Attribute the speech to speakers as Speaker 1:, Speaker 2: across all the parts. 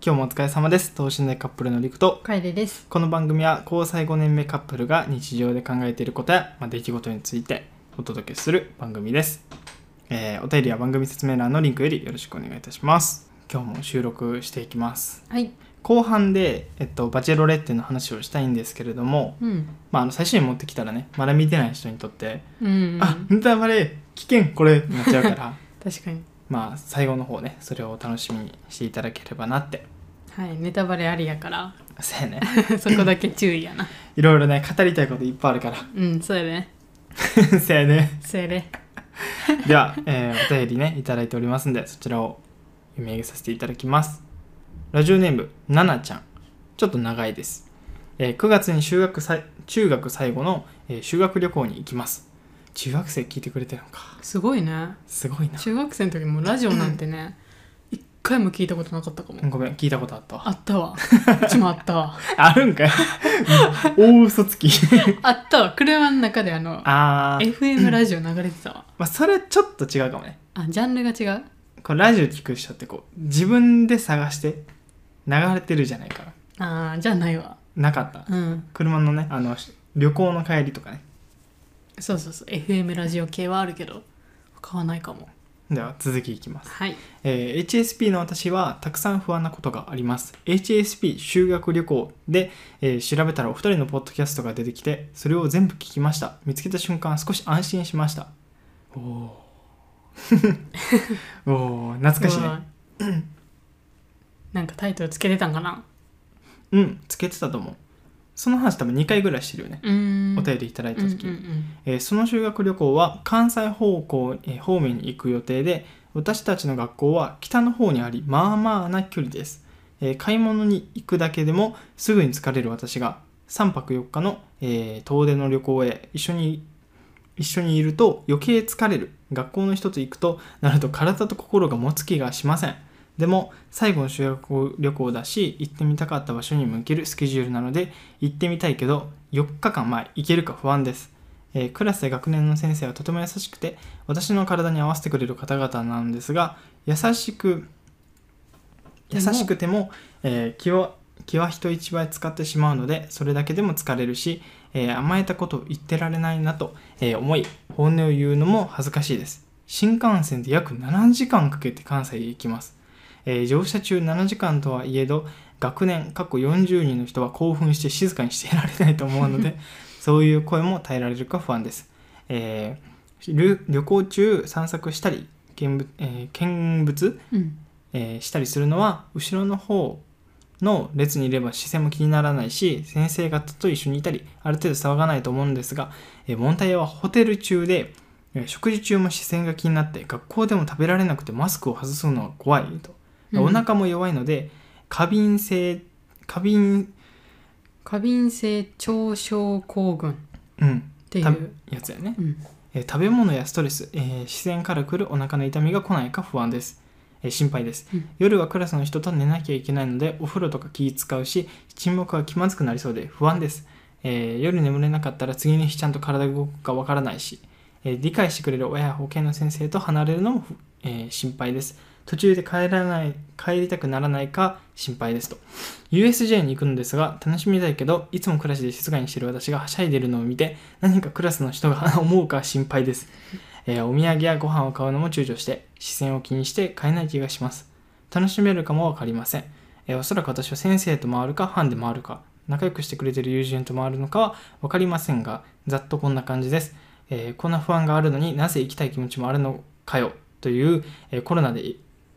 Speaker 1: 今日もお疲れ様です等身大カップルのりくと
Speaker 2: カエレです。
Speaker 1: この番組は交際5年目カップルが日常で考えていることや、まあ、出来事についてお届けする番組です、えーお便りは番組説明欄のリンクよりよろしくお願いいたします今日も収録していきます
Speaker 2: はい。
Speaker 1: 後半で、えっと、バチェロレッテの話をしたいんですけれども、
Speaker 2: うん。
Speaker 1: まあ、あの最初に持ってきたらねまだ見てない人にとって
Speaker 2: うん
Speaker 1: 「あネタバレ危険これ」ってなっちゃうから
Speaker 2: 確かに。
Speaker 1: まあ最後の方ねそれを楽しみにしていただければなって
Speaker 2: はい。ネタバレありやから、
Speaker 1: そうやね
Speaker 2: そこだけ注意やな。
Speaker 1: いろいろね語りたいこといっぱいあるか
Speaker 2: うん、そうやね。
Speaker 1: ら そうやね
Speaker 2: そうやね。
Speaker 1: では、えーお便りねいただいておりますんでそちらを読み上げさせていただきますラジオネームななちゃんちょっと長いです、えー9月に修学さい中学最後の、えー修学旅行に行きます中学生聞いてくれてるのか
Speaker 2: すごいね。
Speaker 1: すごいな
Speaker 2: 中学生の時もラジオなんてね、 一回も聞いたことなかったかも。
Speaker 1: ごめん聞いたことあったわ
Speaker 2: あったわ。うちもあった わ。
Speaker 1: あるんかい 大嘘つき
Speaker 2: あったわ。車の中であの、
Speaker 1: あー、
Speaker 2: FM ラジオ流れてたわ。
Speaker 1: まあ、それちょっと違うかもね
Speaker 2: あ、ジャンルが違う
Speaker 1: こうラジオ聞く人ってこう自分で探して流れてるじゃないから
Speaker 2: あー、じゃあないわ。
Speaker 1: なかった
Speaker 2: うん。
Speaker 1: 車のねあのし旅行の帰りとかね
Speaker 2: そうそうそう。FM ラジオ系はあるけど、買わないかも。
Speaker 1: では続きいきます、
Speaker 2: はい。
Speaker 1: えー HSP の私はたくさん不安なことがあります HSP 修学旅行で、えー調べたらお二人のポッドキャストが出てきてそれを全部聞きました見つけた瞬間少し安心しましたおおお お懐かしいうね
Speaker 2: わなんかタイトルつけてたんかな
Speaker 1: うんつけてたと思うその話多分2回ぐらいしてるよね、
Speaker 2: うーん
Speaker 1: お便りいただいた
Speaker 2: うんう
Speaker 1: 時、
Speaker 2: ん
Speaker 1: えーその修学旅行は関西方向、えー方面に行く予定で私たちの学校は北の方にありまあまあな距離です、えー買い物に行くだけでもすぐに疲れる私が3泊4日の、えー遠出の旅行へ一緒に一緒にいると余計疲れる学校の一つ行くとなると体と心が持つ気がしませんでも最後の修学旅行だし行ってみたかった場所に向けるスケジュールなので行ってみたいけど4日間前行けるか不安です、えークラスや学年の先生はとても優しくて私の体に合わせてくれる方々なんですが優しく優しくても、えー気を気は人一倍使ってしまうのでそれだけでも疲れるし、えー甘えたことを言ってられないなと、えー思い本音を言うのも恥ずかしいです新幹線で約7時間かけて関西へ行きます、えー乗車中7時間とはいえど学年過去40人の人は興奮して静かにしていられないと思うのでそういう声も耐えられるか不安です、えー旅旅行中散策したり見物,、えー見物
Speaker 2: うんうん
Speaker 1: えーしたりするのは後ろの方の列にいれば視線も気にならないし先生方と一緒にいたりある程度騒がないと思うんですが、えー問題はホテル中で、えー食事中も視線が気になって学校でも食べられなくてマスクを外すのは怖いと、
Speaker 2: うん
Speaker 1: お腹も弱いので過敏性過敏
Speaker 2: 過敏性腸症候群っ
Speaker 1: うん
Speaker 2: てい
Speaker 1: た
Speaker 2: う、
Speaker 1: やつやね
Speaker 2: うん、
Speaker 1: えー食べ物やストレス、えー視線からくるお腹の痛みが来ないか不安です、えー心配です、
Speaker 2: うん
Speaker 1: 夜はクラスの人と寝なきゃいけないのでお風呂とか気使うし沈黙が気まずくなりそうで不安です、えー夜眠れなかったら次の日ちゃんと体が動くかわからないし、えー理解してくれる親や保健の先生と離れるのも、えー心配です途中で帰らない帰りたくならないか心配ですと USJ に行くのですが楽しみたいけどいつもクラスで静かにしてる私がはしゃいでるのを見て何かクラスの人が思うか心配です、えーお土産やご飯を買うのも躊躇して視線を気にして買えない気がします楽しめるかも分かりません、えーおそらく私は先生と回るか班で回るか仲良くしてくれてる友人と回るのかは分かりませんがざっとこんな感じです、えーこんな不安があるのになぜ行きたい気持ちもあるのかよという、えーコロナで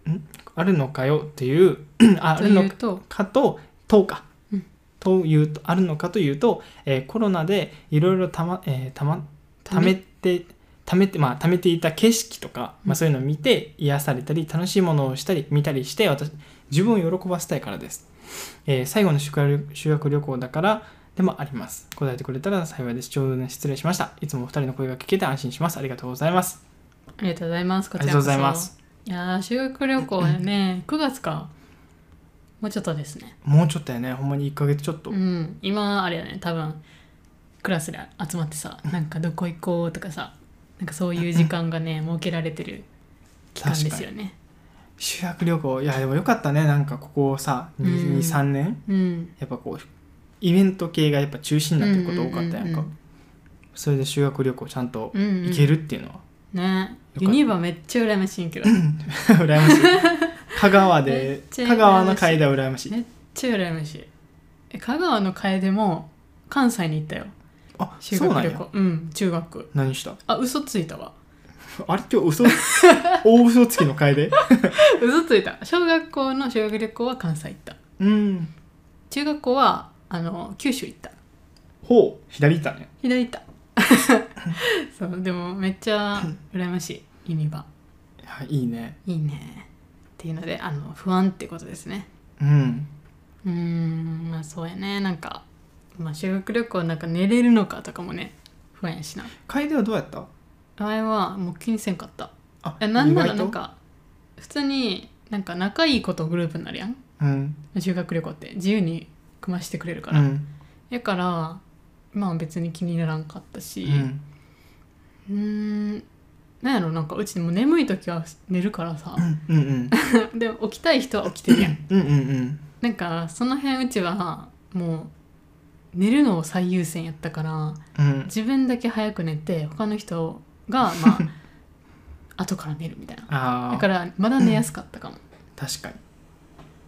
Speaker 1: んあるのかよという ああ
Speaker 2: と
Speaker 1: るの
Speaker 2: いうと
Speaker 1: かと10日、
Speaker 2: うん
Speaker 1: というとあるのかというと、えーコロナでいろいろたま、えーたまためてためてまあためていた景色とか、
Speaker 2: うん
Speaker 1: まあ、そういうのを見て癒されたり楽しいものをしたり見たりして私自分を喜ばせたいからです、えー最後の宿泊修学旅行だからでもあります答えてくれたら幸いですちょうどね失礼しましたいつもお二人の声が聞けて安心しますありがとうございます
Speaker 2: ありがとうございます
Speaker 1: あ
Speaker 2: こ
Speaker 1: り
Speaker 2: ち
Speaker 1: が
Speaker 2: ら
Speaker 1: とう
Speaker 2: こ
Speaker 1: ご
Speaker 2: そ
Speaker 1: ざいます
Speaker 2: いやー修学旅行や ね9月かもうちょっとですね
Speaker 1: もうちょっとやねほんまに1ヶ月ちょっと、
Speaker 2: うん今あれやね多分クラスで集まってさなんかどこ行こうとかさなんかそういう時間がね設けられてる期間ですよね
Speaker 1: 修学旅行いやでもよかったねなんかここさ
Speaker 2: うん
Speaker 1: 23年
Speaker 2: うん
Speaker 1: やっぱこうイベント系がやっぱ中心になってること多かったやんかそれで修学旅行ちゃんと
Speaker 2: うんうん
Speaker 1: 行けるっていうのは
Speaker 2: ね
Speaker 1: た
Speaker 2: ユニバめっちゃ羨ましいんけどめっ
Speaker 1: 羨ましい香川
Speaker 2: めっ
Speaker 1: で
Speaker 2: ちゃ羨まし
Speaker 1: 香
Speaker 2: い
Speaker 1: 川の階段羨ましい
Speaker 2: ねちゃ羨ましいえ香川の楓も関西に行ったよ
Speaker 1: あ
Speaker 2: 修
Speaker 1: そうな
Speaker 2: 学
Speaker 1: ん
Speaker 2: 旅
Speaker 1: や
Speaker 2: 行うん中学
Speaker 1: 何した
Speaker 2: あ嘘つい たわ
Speaker 1: あれ今日嘘 大嘘つきの楓
Speaker 2: 嘘ついた小学校の修学旅行は関西行った
Speaker 1: うん
Speaker 2: 中学校はあの九州行った
Speaker 1: ほう左行ったね
Speaker 2: 左行った そうでもめっちゃ羨ましいユニバ
Speaker 1: はいいいね
Speaker 2: いいねっていうのであの不安ってことですね
Speaker 1: うん
Speaker 2: うーんまあそうやねなんか、まあ、修学旅行なんか寝れるのかとかもね不安やしな
Speaker 1: 楓はどうやった
Speaker 2: 前はもう気にせんかった
Speaker 1: あ
Speaker 2: えなんな
Speaker 1: 意外
Speaker 2: らな
Speaker 1: と
Speaker 2: んか普通になんか仲いい子とグループになるやん
Speaker 1: うん
Speaker 2: 修学旅行って自由に組ましてくれるから、
Speaker 1: うん
Speaker 2: やからまあ別に気にならんかったし
Speaker 1: うん
Speaker 2: うーんなんやろなんかうちも眠い時は寝るからさ
Speaker 1: う、んうん
Speaker 2: でも起きたい人は起きてるやん
Speaker 1: うんうんうん
Speaker 2: なんかその辺うちはもう寝るのを最優先やったから
Speaker 1: うん
Speaker 2: 自分だけ早く寝て他の人が まあ後から寝るみたいな
Speaker 1: あ
Speaker 2: だ
Speaker 1: あ
Speaker 2: からまだ寝やすかったかも、
Speaker 1: 確かに、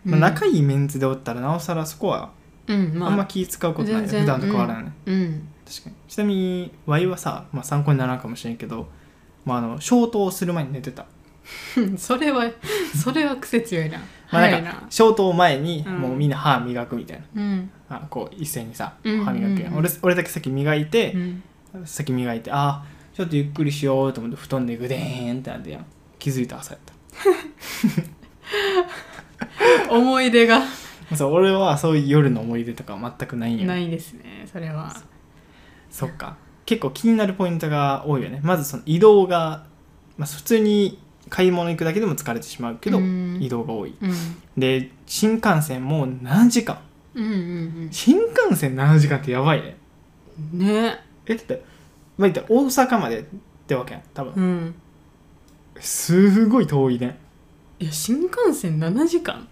Speaker 2: うん
Speaker 1: まあ、仲いいメンズでおったらなおさらそこは
Speaker 2: うんま
Speaker 1: あ
Speaker 2: あ
Speaker 1: んま気使うことない、
Speaker 2: 全然
Speaker 1: 普段と変わらない、
Speaker 2: うん
Speaker 1: 確かにちなみに Y はさ、まあ、参考にならんかもしれんけど、まあ、あの消灯する前に寝てた、
Speaker 2: うんそれはそれは癖強いな
Speaker 1: まあ、
Speaker 2: 早
Speaker 1: ないんか
Speaker 2: な
Speaker 1: 消灯前に
Speaker 2: うん
Speaker 1: もうみんな歯磨くみたいな、
Speaker 2: うん
Speaker 1: あこう一斉にさ歯
Speaker 2: うん
Speaker 1: 磨くやん、
Speaker 2: うん
Speaker 1: 俺俺だけ先磨いうて、
Speaker 2: ん
Speaker 1: 先磨いてあーちょっとゆっくりしようと思って布団でグデーンってなってやん気づいた朝やった
Speaker 2: 思い出が
Speaker 1: そう俺はそういう夜の思い出とか全くないんよ
Speaker 2: ないですねそれは
Speaker 1: そっか結構気になるポイントが多いよねまずその移動が、まあ、普通に買い物行くだけでも疲れてしまうけど、
Speaker 2: うん
Speaker 1: 移動が多い
Speaker 2: うん
Speaker 1: で新幹線もう7時間
Speaker 2: うんうん
Speaker 1: 新幹線7時間ってやばいね
Speaker 2: うんね
Speaker 1: えだってまあ、言ったら大阪までってわけやん多分
Speaker 2: うん
Speaker 1: すごい遠いね
Speaker 2: いや新幹線7時間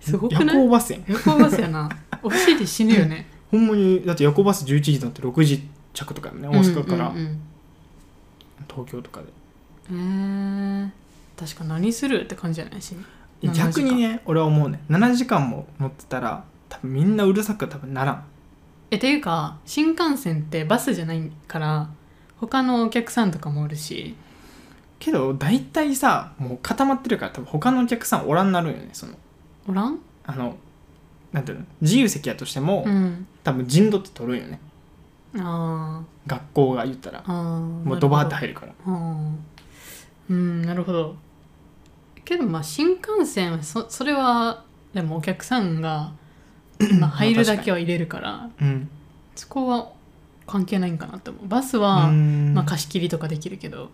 Speaker 2: すご
Speaker 1: 夜
Speaker 2: くない
Speaker 1: 行バスやん
Speaker 2: 夜行バス やなお尻死ぬよね
Speaker 1: ほんまにだって夜行バス11時だって6時着とかやもんね大阪から
Speaker 2: うんうん
Speaker 1: 東京とかで、
Speaker 2: うんへえ確か何するって感じじゃないし7時間
Speaker 1: 逆にね俺は思うね7時間も乗ってたら多分みんなうるさく多分ならん
Speaker 2: えていうか新幹線ってバスじゃないから他のお客さんとかもおるし
Speaker 1: けど大体さもう固まってるから多分他のお客さんおらんなるんよねその
Speaker 2: おらん
Speaker 1: あのなんていうの自由席やとしても、
Speaker 2: うん
Speaker 1: 多分陣取って取るんよね
Speaker 2: あ
Speaker 1: 学校が言ったら
Speaker 2: ーあー
Speaker 1: もうドバーって
Speaker 2: な
Speaker 1: 入る
Speaker 2: る
Speaker 1: から
Speaker 2: ほどうんうんなるほどけどまあ新幹線はそそれはでもお客さ んが、まあ、入るだけは入れるから
Speaker 1: うん
Speaker 2: そこは関係ないんかなって思うバス
Speaker 1: う
Speaker 2: は、
Speaker 1: ん
Speaker 2: まあ、貸し切りとかできるけど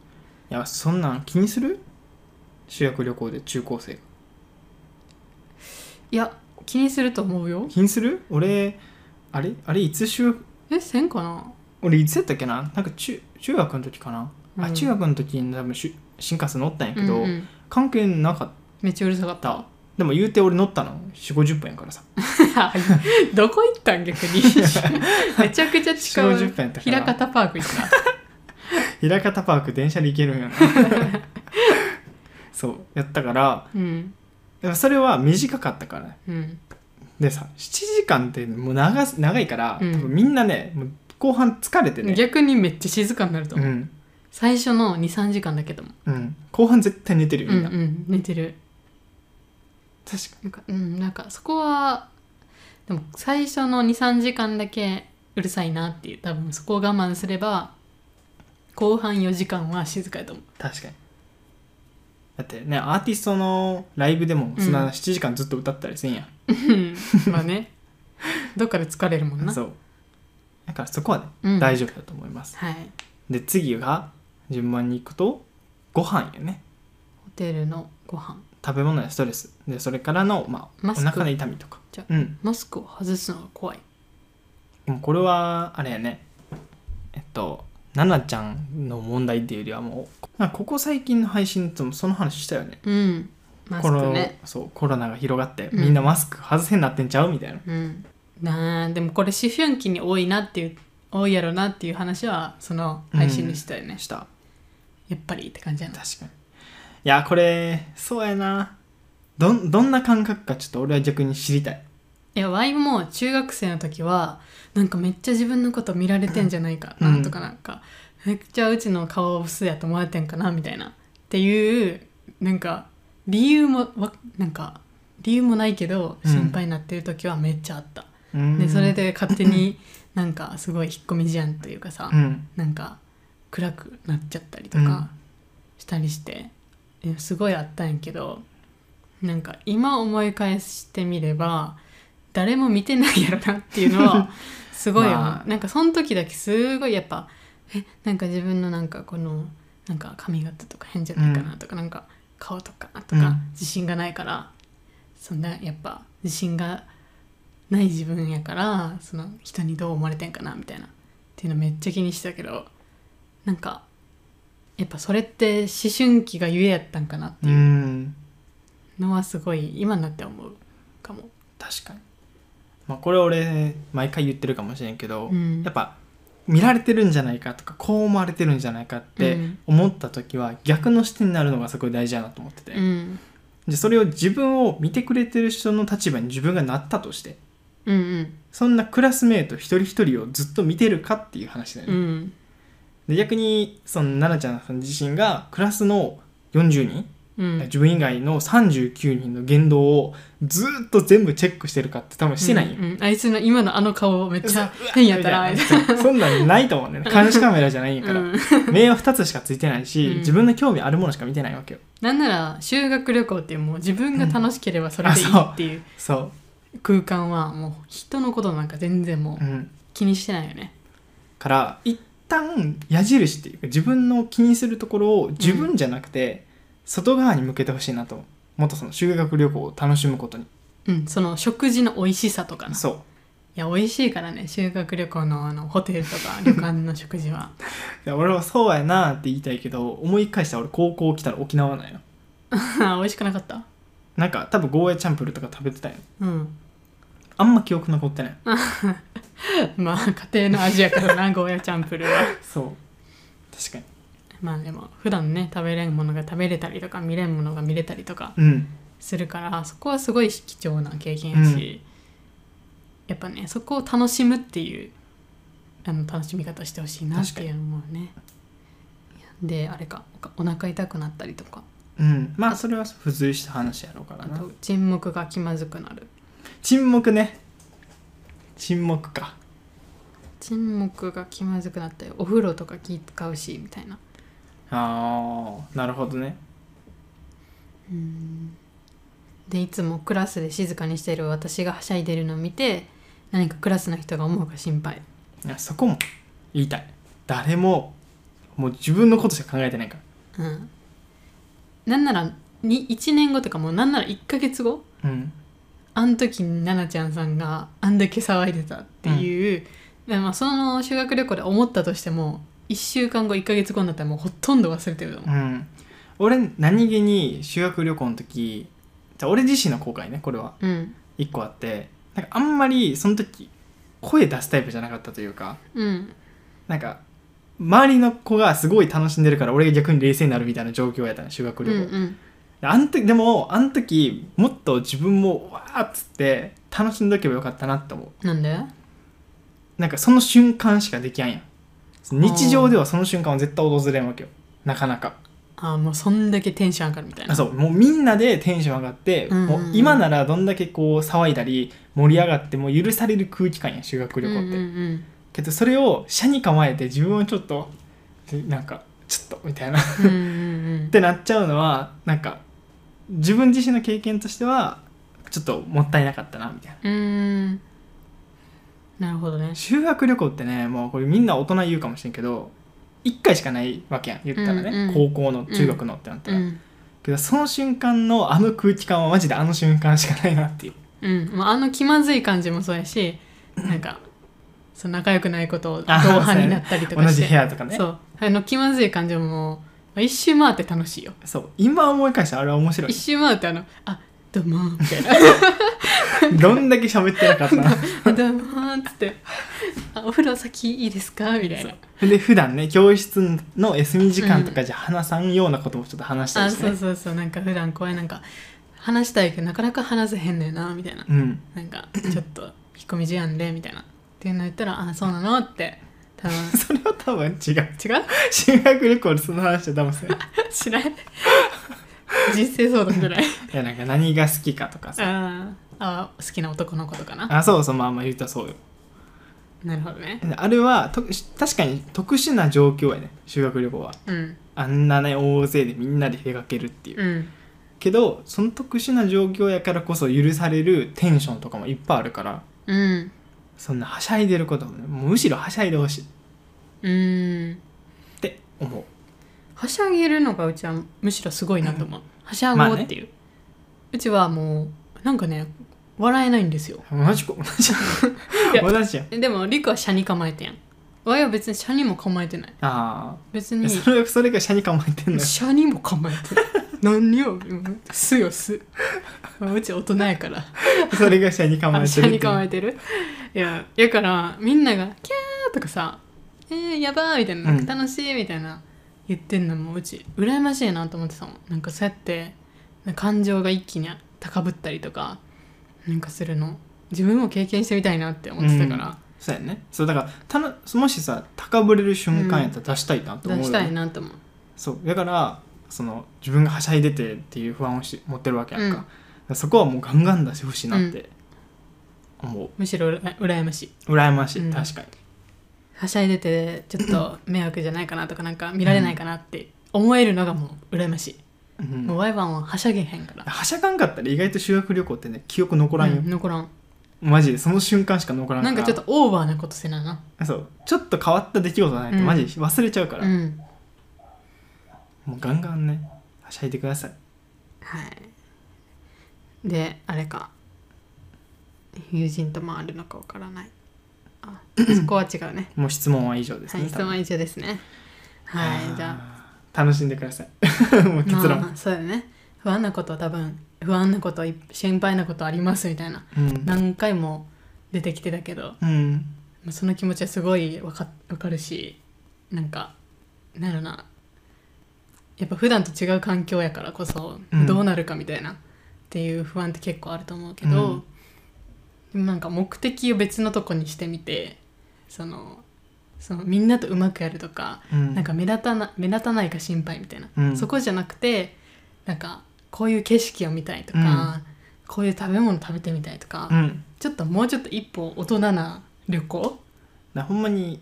Speaker 1: いやそんなん気にする修学旅行で中高生
Speaker 2: いや気にすると思うよ
Speaker 1: 気にする俺あれあれいつ修
Speaker 2: えせんかな
Speaker 1: 俺いつやったっけななんか中中学の時かな、
Speaker 2: う
Speaker 1: あ
Speaker 2: ん
Speaker 1: 中学の時に多分し新幹線乗ったんやけど、
Speaker 2: うんうん
Speaker 1: 関係なかっ
Speaker 2: めっちゃうるさかった
Speaker 1: たでも言うて俺乗ったの4 5 0分やからさ
Speaker 2: はい どこ行ったん逆にめちゃくちゃ近
Speaker 1: 4 5 0
Speaker 2: い
Speaker 1: 分やったから
Speaker 2: 平方パーク行った
Speaker 1: 枚方パーク電車で行けるんや なそうやったから
Speaker 2: うん
Speaker 1: でもそれは短かったからね
Speaker 2: うん
Speaker 1: でさ7時間ってもう長す長いから、
Speaker 2: うん
Speaker 1: 多分みんなねもう後半疲れてね
Speaker 2: 逆にめっちゃ静かになると
Speaker 1: う
Speaker 2: 思う、
Speaker 1: ん、
Speaker 2: 最初の23時間だけでも
Speaker 1: うん、後半絶対寝てるよ
Speaker 2: う
Speaker 1: みん
Speaker 2: ん
Speaker 1: な、
Speaker 2: うん寝てる
Speaker 1: 確か
Speaker 2: なんかうんなんかそこはでも最初の23時間だけうるさいなっていう多分そこを我慢すれば後半4時間は静かや と思う
Speaker 1: 確かにだってねアーティストのライブでもそん
Speaker 2: うん
Speaker 1: な7時間ずっと歌ったりせんや、
Speaker 2: うんまあねどっかで疲れるもんな
Speaker 1: そうだからそこはね、
Speaker 2: うん
Speaker 1: 大丈夫だと思います
Speaker 2: はい
Speaker 1: で次が順番に行くとご飯よね
Speaker 2: ホテルのご飯
Speaker 1: 食べ物やストレスでそれからの、まあ、お
Speaker 2: マスク
Speaker 1: 腹の痛みとか
Speaker 2: じゃ
Speaker 1: うん
Speaker 2: マスクを外すのが怖い
Speaker 1: でもこれはあれやねえっと奈々ちゃんの問題っていうよりはもうなんかここ最近の配信ともその話したよね
Speaker 2: うんマス
Speaker 1: コ
Speaker 2: ク
Speaker 1: ロ
Speaker 2: ね
Speaker 1: そうコロナが広がって
Speaker 2: うん
Speaker 1: みんなマスク外せになってんちゃうみたいな、
Speaker 2: うんなあでもこれ思春期に多いなっていう多いやろなっていう話はその配信でしたよね、
Speaker 1: した
Speaker 2: やっぱりって感じや
Speaker 1: 確
Speaker 2: な
Speaker 1: かにいやこれそうやなどんどんな感覚かちょっと俺は逆に知りたい
Speaker 2: いやワイも中学生の時はなんかめっちゃ自分のこと見られてんじゃないか、
Speaker 1: うん
Speaker 2: なんとかなんかめっちゃうちの顔を薄やと思われてんかなみたいなっていうなんか理由もわなんか理由もないけど
Speaker 1: うん
Speaker 2: 心配になってる時はめっちゃあった、
Speaker 1: うーん
Speaker 2: でそれで勝手になんかすごい引っ込み思案というかさ、
Speaker 1: うん
Speaker 2: なんか暗くなっちゃったりとかしたりして、えすごいあったんやけどなんか今思い返してみれば誰も見てないやろなっていうのは すごいよ、
Speaker 1: まあ
Speaker 2: なんかその時だけすごいやっぱえなんか自分のなんかこのなんか髪型とか変じゃないかなとか、なんか顔とかと
Speaker 1: う
Speaker 2: か
Speaker 1: ん
Speaker 2: 自信がないから、そんなやっぱ自信がない自分やからその人にどう思われてんかなみたいなっていうのめっちゃ気にしてたけどなんかやっぱそれって思春期がゆえやったんかなって
Speaker 1: う
Speaker 2: いうんうのはすごい今になって思うかも。
Speaker 1: 確かに、まあ、これ俺毎回言ってるかもしれんけど、
Speaker 2: うん
Speaker 1: やっぱ見られてるんじゃないかとかこう思われてるんじゃないかっ
Speaker 2: う
Speaker 1: て
Speaker 2: ん
Speaker 1: 思った時は逆の視点になるのがすごい大事だなと思ってて、
Speaker 2: うん
Speaker 1: でそれを自分を見てくれてる人の立場に自分がなったとして
Speaker 2: うんうん
Speaker 1: そんなクラスメート一人一人をずっと見てるかっていう話だよ
Speaker 2: う
Speaker 1: ね、
Speaker 2: ん
Speaker 1: で逆にその奈々ちゃんさん自身がクラスの40人、
Speaker 2: うん
Speaker 1: 自分以外の39人の言動をずっと全部チェックしてるかって多分してないよ、
Speaker 2: うんうんあいつの今のあの顔めっちゃ
Speaker 1: そううわ
Speaker 2: 変やったな
Speaker 1: み
Speaker 2: みたい
Speaker 1: たいな そんなんないと思うんだよね監視カメラじゃないんやから、
Speaker 2: な。うん
Speaker 1: 名は2つしかついてないし、
Speaker 2: うん
Speaker 1: 自分の興味あるものしか見てないわけよ
Speaker 2: なんなら修学旅行っていうもう自分が楽しければそれでいい
Speaker 1: うんあそう
Speaker 2: っていう
Speaker 1: そ
Speaker 2: 空間はもう人のことなんか全然も
Speaker 1: う、う、
Speaker 2: うん気にしてないよね。
Speaker 1: から一旦矢印っていうか自分の気にするところを自分じゃなくて外側に向けてほしいなと思うもっとその修学旅行を楽しむことに
Speaker 2: うん、その食事の美味しさとかな。い
Speaker 1: そ
Speaker 2: や美味しいからね修学旅行のあのホテルとか 旅館の食事は。
Speaker 1: ういや俺はそうやなって言いたいけど思い返したら俺高校来たら沖縄なんよ
Speaker 2: あ 美味しくなかった
Speaker 1: なんか多分ゴーヤチャンプルーとか食べてたよ
Speaker 2: うん。
Speaker 1: あんま記憶残ってない
Speaker 2: まあ家庭の味やからなゴーヤチャンプルーは。
Speaker 1: そう確かに
Speaker 2: まあでも普段ね食べれんものが食べれたりとか見れんものが見れたりとか
Speaker 1: うん
Speaker 2: するからそこはすごい貴重な経験やし、やっぱねそこを楽しむっていうあの楽しみ方してほしいなっていうのもねであれかお腹痛くなったりとか
Speaker 1: うんまあそれは付随した話やろうから
Speaker 2: あ
Speaker 1: な
Speaker 2: と沈黙が気まずくなる
Speaker 1: 沈黙ね沈黙か
Speaker 2: 沈黙が気まずくなったりお風呂とか気使うしみたいな
Speaker 1: ああなるほどね
Speaker 2: うんでいつもクラスで静かにしてる私がはしゃいでるのを見て何かクラスの人が思うか心配
Speaker 1: いやそこも言いたい誰ももう自分のことしか考えてないから
Speaker 2: うんなんならに1年後とかもうなんなら1ヶ月後
Speaker 1: うん、
Speaker 2: あの時に奈々ちゃんさんがあんだけ騒いでたっていう、でまあ、その修学旅行で思ったとしても1週間後1ヶ月後になったらもうほとんど忘れてると思う
Speaker 1: うん、俺何気に修学旅行の時じゃあ俺自身の後悔ねこれは
Speaker 2: うん
Speaker 1: 一個あってなんかあんまりその時声出すタイプじゃなかったというか
Speaker 2: うん
Speaker 1: なんか周りの子がすごい楽しんでるから俺が逆に冷静になるみたいな状況やったね修学
Speaker 2: うん
Speaker 1: 旅行、
Speaker 2: うん
Speaker 1: であん時でもあの時もっと自分もわーっつって楽しんどけばよかったなって思う
Speaker 2: なんで
Speaker 1: なんかその瞬間しかできやんやん日常ではその瞬間は絶対訪れんわけよなかなか
Speaker 2: ああもうそんだけテンション上がるみたいな
Speaker 1: あそうもうみんなでテンション上がって、
Speaker 2: うんうん
Speaker 1: もう今ならどんだけこう騒いだり盛り上がっても許される空気感やん修学旅行って、
Speaker 2: うんうんうん
Speaker 1: けどそれを社に構えて自分をちょっとなんかちょっとみたいな っ
Speaker 2: うんうんうん
Speaker 1: てなっちゃうのはなんか自分自身の経験としてはちょっともったいなかったなみたいな
Speaker 2: うーんなるほどね
Speaker 1: 修学旅行ってねもうこれみんな大人言うかもしれんけど1回しかないわけやん言ったらね、
Speaker 2: うんうん
Speaker 1: 高校の中学のってなった
Speaker 2: う
Speaker 1: ら、
Speaker 2: ん
Speaker 1: けどその瞬間のあの空気感はマジであの瞬間しかないなっていう
Speaker 2: うん、もうあの気まずい感じもそうやしなんかその仲良くないことを同
Speaker 1: あー
Speaker 2: 伴になったりと
Speaker 1: 同
Speaker 2: かして
Speaker 1: じ部屋とかね
Speaker 2: そうあの気まずい感じもあ一周回って楽しいよ
Speaker 1: そう今思い返したらあれは面白い
Speaker 2: 一周回ってあの「あどうも」みたいな
Speaker 1: どんだけ喋ってなかったな
Speaker 2: 「どうも」っつって「あお風呂先いいですか?」みたいな
Speaker 1: で普段ね教室の休み時間とかじゃ話さんようなこともちょっと話した
Speaker 2: あ
Speaker 1: りして、
Speaker 2: そ
Speaker 1: ね
Speaker 2: うそうそうなんか普段こういうなんか話したいけどなかなか話せへんねんなみたいな
Speaker 1: うん
Speaker 2: なんかちょっと引っ込み思案でみたいなっていうの言ったら「あそうなの?」って多分
Speaker 1: それは多分違う
Speaker 2: 違う
Speaker 1: 修学旅行でその話は多分それい
Speaker 2: 知らん人生相談 ぐらい
Speaker 1: やなんか何が好きかとかさ
Speaker 2: あーあ好きな男の子とかな
Speaker 1: あそうそうまあまあ言ったらそうよ
Speaker 2: なるほどね
Speaker 1: あれはと確かに特殊な状況やね修学旅行は
Speaker 2: うん
Speaker 1: あんなね大勢でみんなで出かけるっていう、
Speaker 2: うん
Speaker 1: けどその特殊な状況やからこそ許されるテンションとかもいっぱいあるから
Speaker 2: うん
Speaker 1: そんなはしゃいでることもねもうむしろはしゃいでほしいっ
Speaker 2: うん
Speaker 1: て思う
Speaker 2: はしゃげるのがうちはむしろすごいなと思う、はしゃごうっていう、うちはもうなんかね笑えないんですよ
Speaker 1: 同じ子同じ
Speaker 2: いや
Speaker 1: 同じやん
Speaker 2: えでもリクは車に構えてやんわいは別に車にも構えてない
Speaker 1: あ
Speaker 2: 別
Speaker 1: あ
Speaker 2: に
Speaker 1: それそれが社に構えてん のよ
Speaker 2: 車にも構えて ない何ようんすよすうち大人やから
Speaker 1: それが社に構えてるって
Speaker 2: 車
Speaker 1: いう
Speaker 2: に構えてるいややからみんなが「キャー」とかさ「えー、やばー」みたいな「
Speaker 1: うん
Speaker 2: なんか楽しい」みたいな言ってんのもうち羨ましいなと思ってたもんなんかそうやってなんか感情が一気に高ぶったりとかなんかするの自分も経験してみたいなって思ってたから、
Speaker 1: そうやねそうだからたのもしさ高ぶれる瞬間やったら出したいなと思うよね、
Speaker 2: 出したいなと思う
Speaker 1: そうだからその自分がはしゃいでてっていう不安をし持ってるわけやんか,、
Speaker 2: うん
Speaker 1: そこはもうガンガン出してほしいなって思う、
Speaker 2: むしろうら羨ましい
Speaker 1: 羨ましい、
Speaker 2: うん
Speaker 1: 確かに
Speaker 2: はしゃいでてちょっと迷惑じゃないかなとかなんか見られないかなって思えるのがもう羨ましい、
Speaker 1: うん
Speaker 2: もうワイワンははしゃげへんから
Speaker 1: はしゃがんかったら意外と修学旅行ってね記憶残らんよ
Speaker 2: う、ん残らん
Speaker 1: マジでその瞬間しか残らん
Speaker 2: なんかちょっとオーバーなことせなな
Speaker 1: とそうちょっと変わった出来事がないと
Speaker 2: うん
Speaker 1: マジ忘れちゃうから、
Speaker 2: うん
Speaker 1: もうガンガンねはしゃいでください
Speaker 2: はいであれか友人と回るのかわからないあそこは違うね
Speaker 1: もう質問は以上です
Speaker 2: は
Speaker 1: ね、
Speaker 2: い質
Speaker 1: 多分
Speaker 2: 問は以上ですねはいじゃあ
Speaker 1: あー楽しんでください もう結論、
Speaker 2: まあそうだね不安なことは多分不安なことい心配なことありますみたいな
Speaker 1: うん
Speaker 2: 何回も出てきてたけど
Speaker 1: うん
Speaker 2: まあその気持ちはすごいわかわかるしなんかなんやろなやっぱ普段と違う環境やからこそ
Speaker 1: うん
Speaker 2: どうなるかみたいな、っていう不安って結構あると思うけど、
Speaker 1: うん
Speaker 2: でもなんか目的を別のとこにしてみてそのそのみんなとうまくやるとか、
Speaker 1: うん
Speaker 2: なんか目立たな目立たないか心配みたいな、
Speaker 1: うん
Speaker 2: そこじゃなくてなんかこういう景色を見たいとか、
Speaker 1: うん
Speaker 2: こういう食べ物食べてみたいとか、
Speaker 1: うん
Speaker 2: ちょっともうちょっと一歩大人な旅行
Speaker 1: なほんまに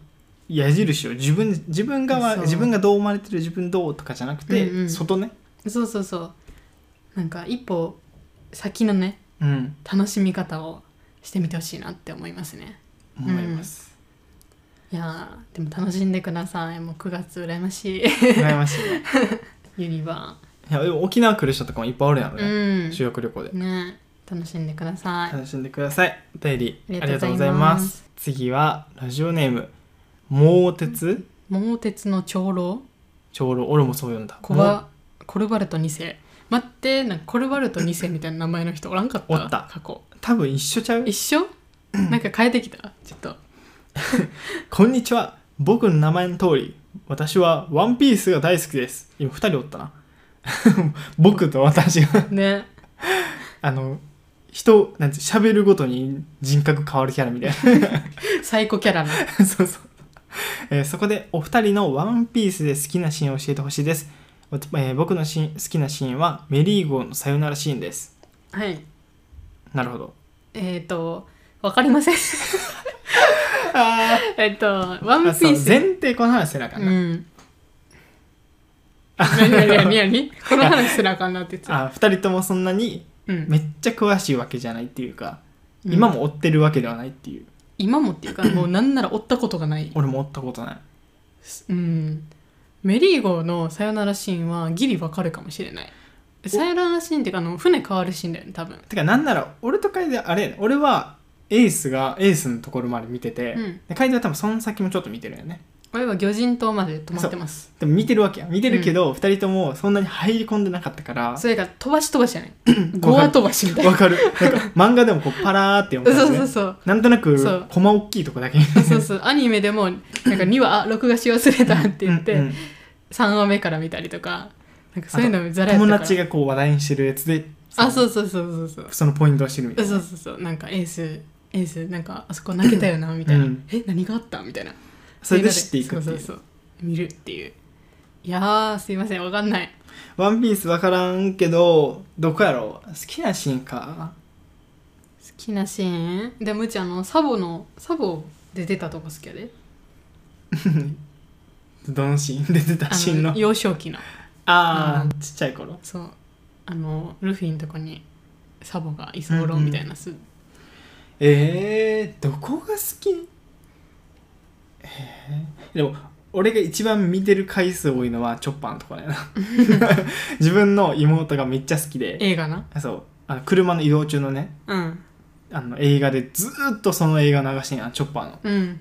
Speaker 1: 矢印を自分自分側
Speaker 2: そう
Speaker 1: 自分がどう思われてる自分どうとかじゃなくて、
Speaker 2: うんうん
Speaker 1: 外ね
Speaker 2: そうそうそうなんか一歩先のね
Speaker 1: うん
Speaker 2: 楽しみ方をしてみてほしいなって思いますね
Speaker 1: 思います、
Speaker 2: いやーでも楽しんでくださいもう9月羨ましい
Speaker 1: 羨ましいね
Speaker 2: ユニバ
Speaker 1: いやでも沖縄来る人とかもいっぱいおるやろね、
Speaker 2: ー
Speaker 1: 修学旅行で
Speaker 2: うんね楽しんでください
Speaker 1: 楽しんでくださいお便りあり
Speaker 2: あり
Speaker 1: が
Speaker 2: が
Speaker 1: と
Speaker 2: と
Speaker 1: う
Speaker 2: う
Speaker 1: ご
Speaker 2: ご
Speaker 1: ざ
Speaker 2: ざ
Speaker 1: い
Speaker 2: い
Speaker 1: ま
Speaker 2: ます
Speaker 1: す次はラジオネーム猛鉄
Speaker 2: 桃鉄の長老
Speaker 1: 長老俺もそう呼んだ
Speaker 2: コバコルバルト2世待ってなんかコルバルト2世みたいな名前の人おらんかった
Speaker 1: おった
Speaker 2: 過去
Speaker 1: 多分一緒ちゃう
Speaker 2: 一緒なんか変えてきたちょっと
Speaker 1: こんにちは僕の名前の通り私はワンピースが大好きです今二人おったな 僕と私が
Speaker 2: ね
Speaker 1: あの人なんて喋るごとに人格変わるキャラみたい
Speaker 2: サイコキャラの
Speaker 1: なそうそう、えーそこでお二人のワンピースで好きなシーンを教えてほしいです、おえー僕のシーン好きなシーンはメリーゴーのさよならシーンです
Speaker 2: はい
Speaker 1: なるほど
Speaker 2: えっ、ー、と、わかりません。
Speaker 1: あ
Speaker 2: えっと、ワンピ
Speaker 1: あそう
Speaker 2: ース。
Speaker 1: 前提この話せなあか
Speaker 2: うん
Speaker 1: な、
Speaker 2: ん。何何何 何この話すらあかんなって言ってた。
Speaker 1: あ二人ともそんなに
Speaker 2: うん、
Speaker 1: めっちゃ詳しいわけじゃないっていうか、今
Speaker 2: も。
Speaker 1: も追ってるわけではないっていう
Speaker 2: 今もっていうか、もうなんなら追ったことが ない。
Speaker 1: 俺も追ったことない
Speaker 2: うん。メリーゴーのさよならシーンはギリわかるかもしれない。さよならシーンっていうか、あの船変わるシーンだよね、多分。
Speaker 1: てかなんなら俺と楓であれやね俺はエースがエースのところまで見てて、
Speaker 2: うん
Speaker 1: で楓は多分その先もちょっと見てるよね
Speaker 2: 俺は魚人島まで止まってます
Speaker 1: でも見てるわけや見てるけど、二2人ともそんなに入り込んでなかったから
Speaker 2: それが飛ばし飛ば しじゃないゴア飛ばしみたいな
Speaker 1: わかるなんか漫画でもこうパラーって読む
Speaker 2: そう
Speaker 1: 感じ
Speaker 2: そう
Speaker 1: ね
Speaker 2: そう
Speaker 1: なんとなく
Speaker 2: そう
Speaker 1: コマ大きいとこだけに
Speaker 2: そうそうアニメでもなんか2話あ録画し忘れたって言って、
Speaker 1: うんうん
Speaker 2: 3話目から見たりとかなんかそういうのもざらやった
Speaker 1: 友
Speaker 2: から
Speaker 1: 達がこう話題にしてるやつで
Speaker 2: あそううそうそうそうそう
Speaker 1: そのポイントを知るみたいな
Speaker 2: そうそうそうなんかエースエースなんかあそこ泣けたよなみたいな、
Speaker 1: うん
Speaker 2: え何があったみたいな
Speaker 1: それで知っていくってい
Speaker 2: そううそうそう見るっていういやーすいませんわかんない
Speaker 1: ワンピースわからんけどどこやろう好きなシーンか
Speaker 2: 好きなシーンでむちあのサボのサボで出たとこ好きやで
Speaker 1: どのシーン出 てた
Speaker 2: あ
Speaker 1: シーンの
Speaker 2: 幼少期の
Speaker 1: あ
Speaker 2: う
Speaker 1: あちっちゃい頃
Speaker 2: そうあのルフィのとこにサボが居候みたいなす、
Speaker 1: えー、どこが好きえー、でも俺が一番見てる回数多いのはチョッパーのとこ だよな自分の妹がめっちゃ好きで
Speaker 2: 映画な
Speaker 1: そうあの車の移動中のね
Speaker 2: うん
Speaker 1: あの映画でずーっとその映画流してんやチョッパーの
Speaker 2: うん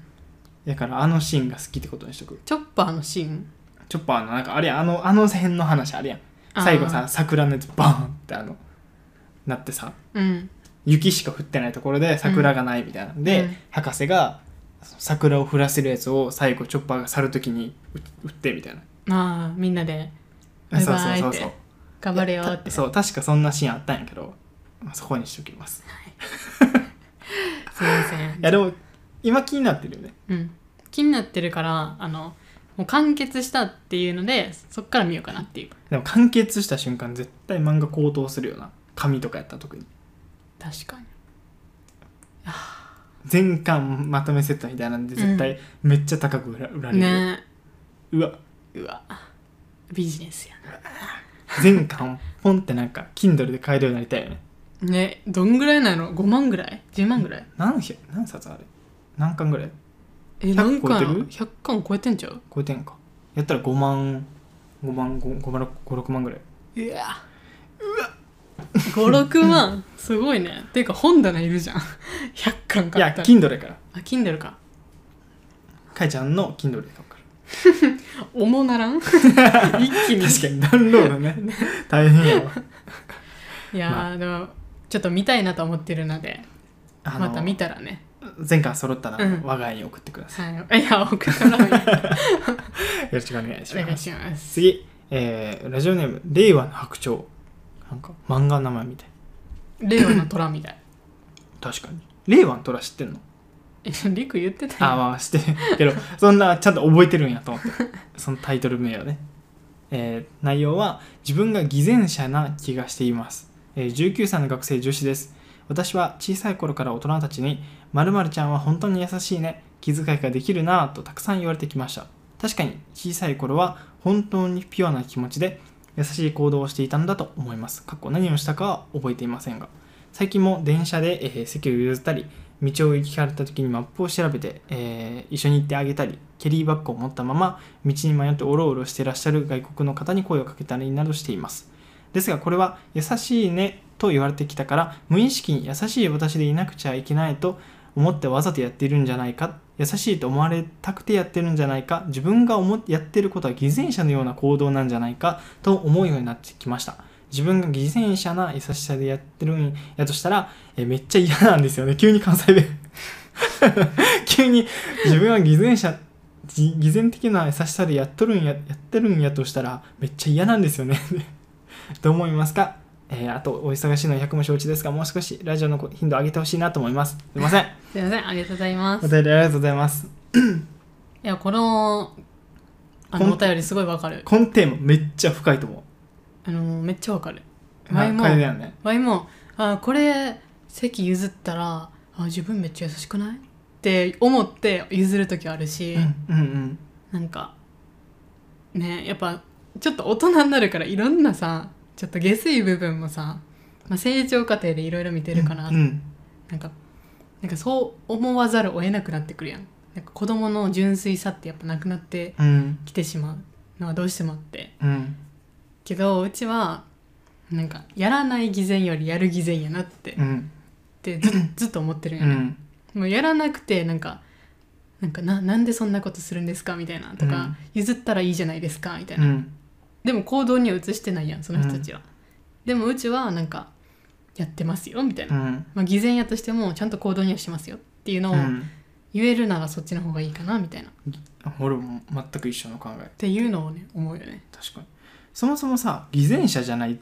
Speaker 1: だからあのシーンが好きってことにしとく
Speaker 2: チョッパーのシーン
Speaker 1: チョッパーのなんかあれやんあのあの辺の話あれやん
Speaker 2: あー
Speaker 1: 最後さ桜のやつバーンってあのなってさ
Speaker 2: うん
Speaker 1: 雪しか降ってないところで桜がないみたいなんで、
Speaker 2: うん
Speaker 1: 博士が桜を降らせるやつを最後チョッパーが去る時に打ってみたいな
Speaker 2: ああみんなでバイ
Speaker 1: そう
Speaker 2: バ
Speaker 1: そう
Speaker 2: イ
Speaker 1: そ
Speaker 2: っ
Speaker 1: うそう
Speaker 2: て頑張れよって
Speaker 1: たそう確かそんなシーンあったんやけど、まあ、そこにしておきます
Speaker 2: すいません
Speaker 1: いやでも今気になってるよね
Speaker 2: うん、気になってるからあのもう完結したっていうのでそっから見ようかなっていう
Speaker 1: でも完結した瞬間絶対漫画高騰するよな紙とかやったら特に
Speaker 2: 確かに
Speaker 1: 全巻まとめセットみたいなんで絶対めっちゃ高く売ら売られるよ、
Speaker 2: ね
Speaker 1: うわ
Speaker 2: えうわビジネスや
Speaker 1: 全巻ポンってなんか Kindle で買えるようになりたいよね
Speaker 2: なねどんぐらいなの5万ぐらい10万ぐらい
Speaker 1: 何ひ何冊あれ何巻ぐらい
Speaker 2: え
Speaker 1: 100
Speaker 2: 何
Speaker 1: 超えて
Speaker 2: 巻
Speaker 1: る
Speaker 2: 100巻超えてんちゃう
Speaker 1: 超えてんかやったら5万5万5万56万ぐらいう
Speaker 2: わうわ56万すごいねっていうか本棚いるじゃん100巻
Speaker 1: い
Speaker 2: 買
Speaker 1: や
Speaker 2: ったら
Speaker 1: Kindle やから
Speaker 2: あ Kindle か
Speaker 1: かいちゃんの Kindle で買うから
Speaker 2: 重な らん一気に
Speaker 1: 確かにダウンロー ドね大変やわ
Speaker 2: いやー、
Speaker 1: ま
Speaker 2: でもちょっと見たいなと思ってるので
Speaker 1: あの
Speaker 2: また見たらね
Speaker 1: 前回揃ったら
Speaker 2: うん
Speaker 1: 我が家に送ってくださ
Speaker 2: はい、いや、 奥から見る
Speaker 1: い、よろしくお願いし
Speaker 2: お願
Speaker 1: ま
Speaker 2: い
Speaker 1: す
Speaker 2: します。
Speaker 1: 次、えーラジオネーム令和の白鳥なんか漫画の名前みたい
Speaker 2: 令和の虎みたい。
Speaker 1: 確かに令和の虎知ってんの
Speaker 2: え、リク言ってた
Speaker 1: あ
Speaker 2: よ。
Speaker 1: まあしてるけどそんなちゃんと覚えてるんやと思ってそのタイトル名をね、えー内容は自分が偽善者な気がしています、えー19歳の学生女子です私は小さい頃から大人たちに「まるちゃんは本当に優しいね気遣いができるな」とたくさん言われてきました確かに小さい頃は本当にピュアな気持ちで優しい行動をしていたんだと思いますかっこ何をしたかは覚えていませんが最近も電車で、えー席を譲ったり道を行きかれた時にマップを調べて、えー一緒に行ってあげたりキャリーバッグを持ったまま道に迷っておろおろしていらっしゃる外国の方に声をかけたりなどしていますですがこれは優しいねと言われてきたから無意識に優しい私でいなくちゃいけないと思ってわざとやっているんじゃないか優しいと思われたくてやってるんじゃないか自分が思っやってることは偽善者のような行動なんじゃないかと思うようになってきました自分が偽善者な優しさでやってるんやとしたらえめっちゃ嫌なんですよね急に関西弁 急に自分は偽善者じ偽善的な優しさでやっとるんややってるんやとしたらめっちゃ嫌なんですよね どう思いますかえーあとお忙しいのは100も承知ですがもう少しラジオの頻度を上げてほしいなと思いますすいません
Speaker 2: すいません、ありがとうございま
Speaker 1: お
Speaker 2: す。い
Speaker 1: 便りありがとうございます
Speaker 2: や、この、あ
Speaker 1: ほん
Speaker 2: の、お便りすごいわかる。
Speaker 1: このテーマめっちゃ深いと思
Speaker 2: あの、めっちゃわかる。
Speaker 1: う
Speaker 2: 前
Speaker 1: あ
Speaker 2: も
Speaker 1: これだよね
Speaker 2: わいも、あ、これ、席譲ったら、あ、自分めっちゃ優しくないって思って譲るときあるし、
Speaker 1: うんうんうん
Speaker 2: なんか、ね、やっぱ、ちょっと大人になるから、いろんなさ、ちょっと下水部分もさ、まあ、成長過程でいろいろ見てるから、
Speaker 1: うんうん
Speaker 2: なんかなんかそう思わざるを得なくなってくるやんなんか子供の純粋さってやっぱなくなって
Speaker 1: うん
Speaker 2: きてしまうのはどうしてもあって
Speaker 1: うん
Speaker 2: けどうちはなんかやらない偽善よりやる偽善やなって,、
Speaker 1: うん
Speaker 2: ってずずっと思ってるん
Speaker 1: う
Speaker 2: やね、
Speaker 1: ん
Speaker 2: もうやらなくてなんかなんかななんでそんなことするんですかみたいなとか、
Speaker 1: うん
Speaker 2: 譲ったらいいじゃないですかみたいうな、
Speaker 1: ん
Speaker 2: でも行動には移してないやんその人たちは、でもうちはなんかやってますよみたいな、
Speaker 1: うん
Speaker 2: まあ、偽善やとしてもちゃんと行動にはしてますよっていうのを
Speaker 1: うん
Speaker 2: 言えるならそっちの方がいいかなみたいなっ
Speaker 1: 俺も全く一緒の考え
Speaker 2: ていうのをね思うよね
Speaker 1: 確かにそもそもさ偽善者じゃない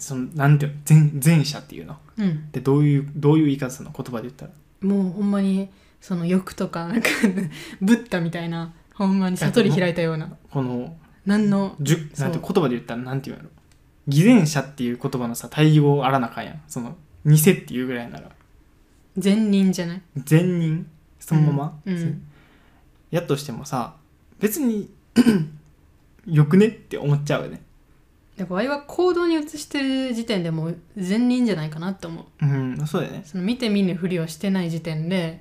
Speaker 1: そのなんていうの前前者っていうの
Speaker 2: うん
Speaker 1: でどういうどういう言い方するの言葉で言ったら
Speaker 2: もうほんまにその欲とかなん かブッダみたいなほんまに悟り開いたような
Speaker 1: この
Speaker 2: 何の
Speaker 1: じゅ
Speaker 2: そ
Speaker 1: な
Speaker 2: う
Speaker 1: て
Speaker 2: ん
Speaker 1: 言葉で言ったらなんて言うの偽善者っていう言葉のさ対義語をあらなあかんやんその偽っていうぐらいなら
Speaker 2: 善人じゃない
Speaker 1: 善人そのまま、
Speaker 2: うんうん
Speaker 1: やっとしてもさ別に よくねって思っちゃうよね
Speaker 2: だからワイは行動に移してる時点でもう善人じゃないかなって思う
Speaker 1: うんそうだよね
Speaker 2: その見て見ぬふりをしてない時点で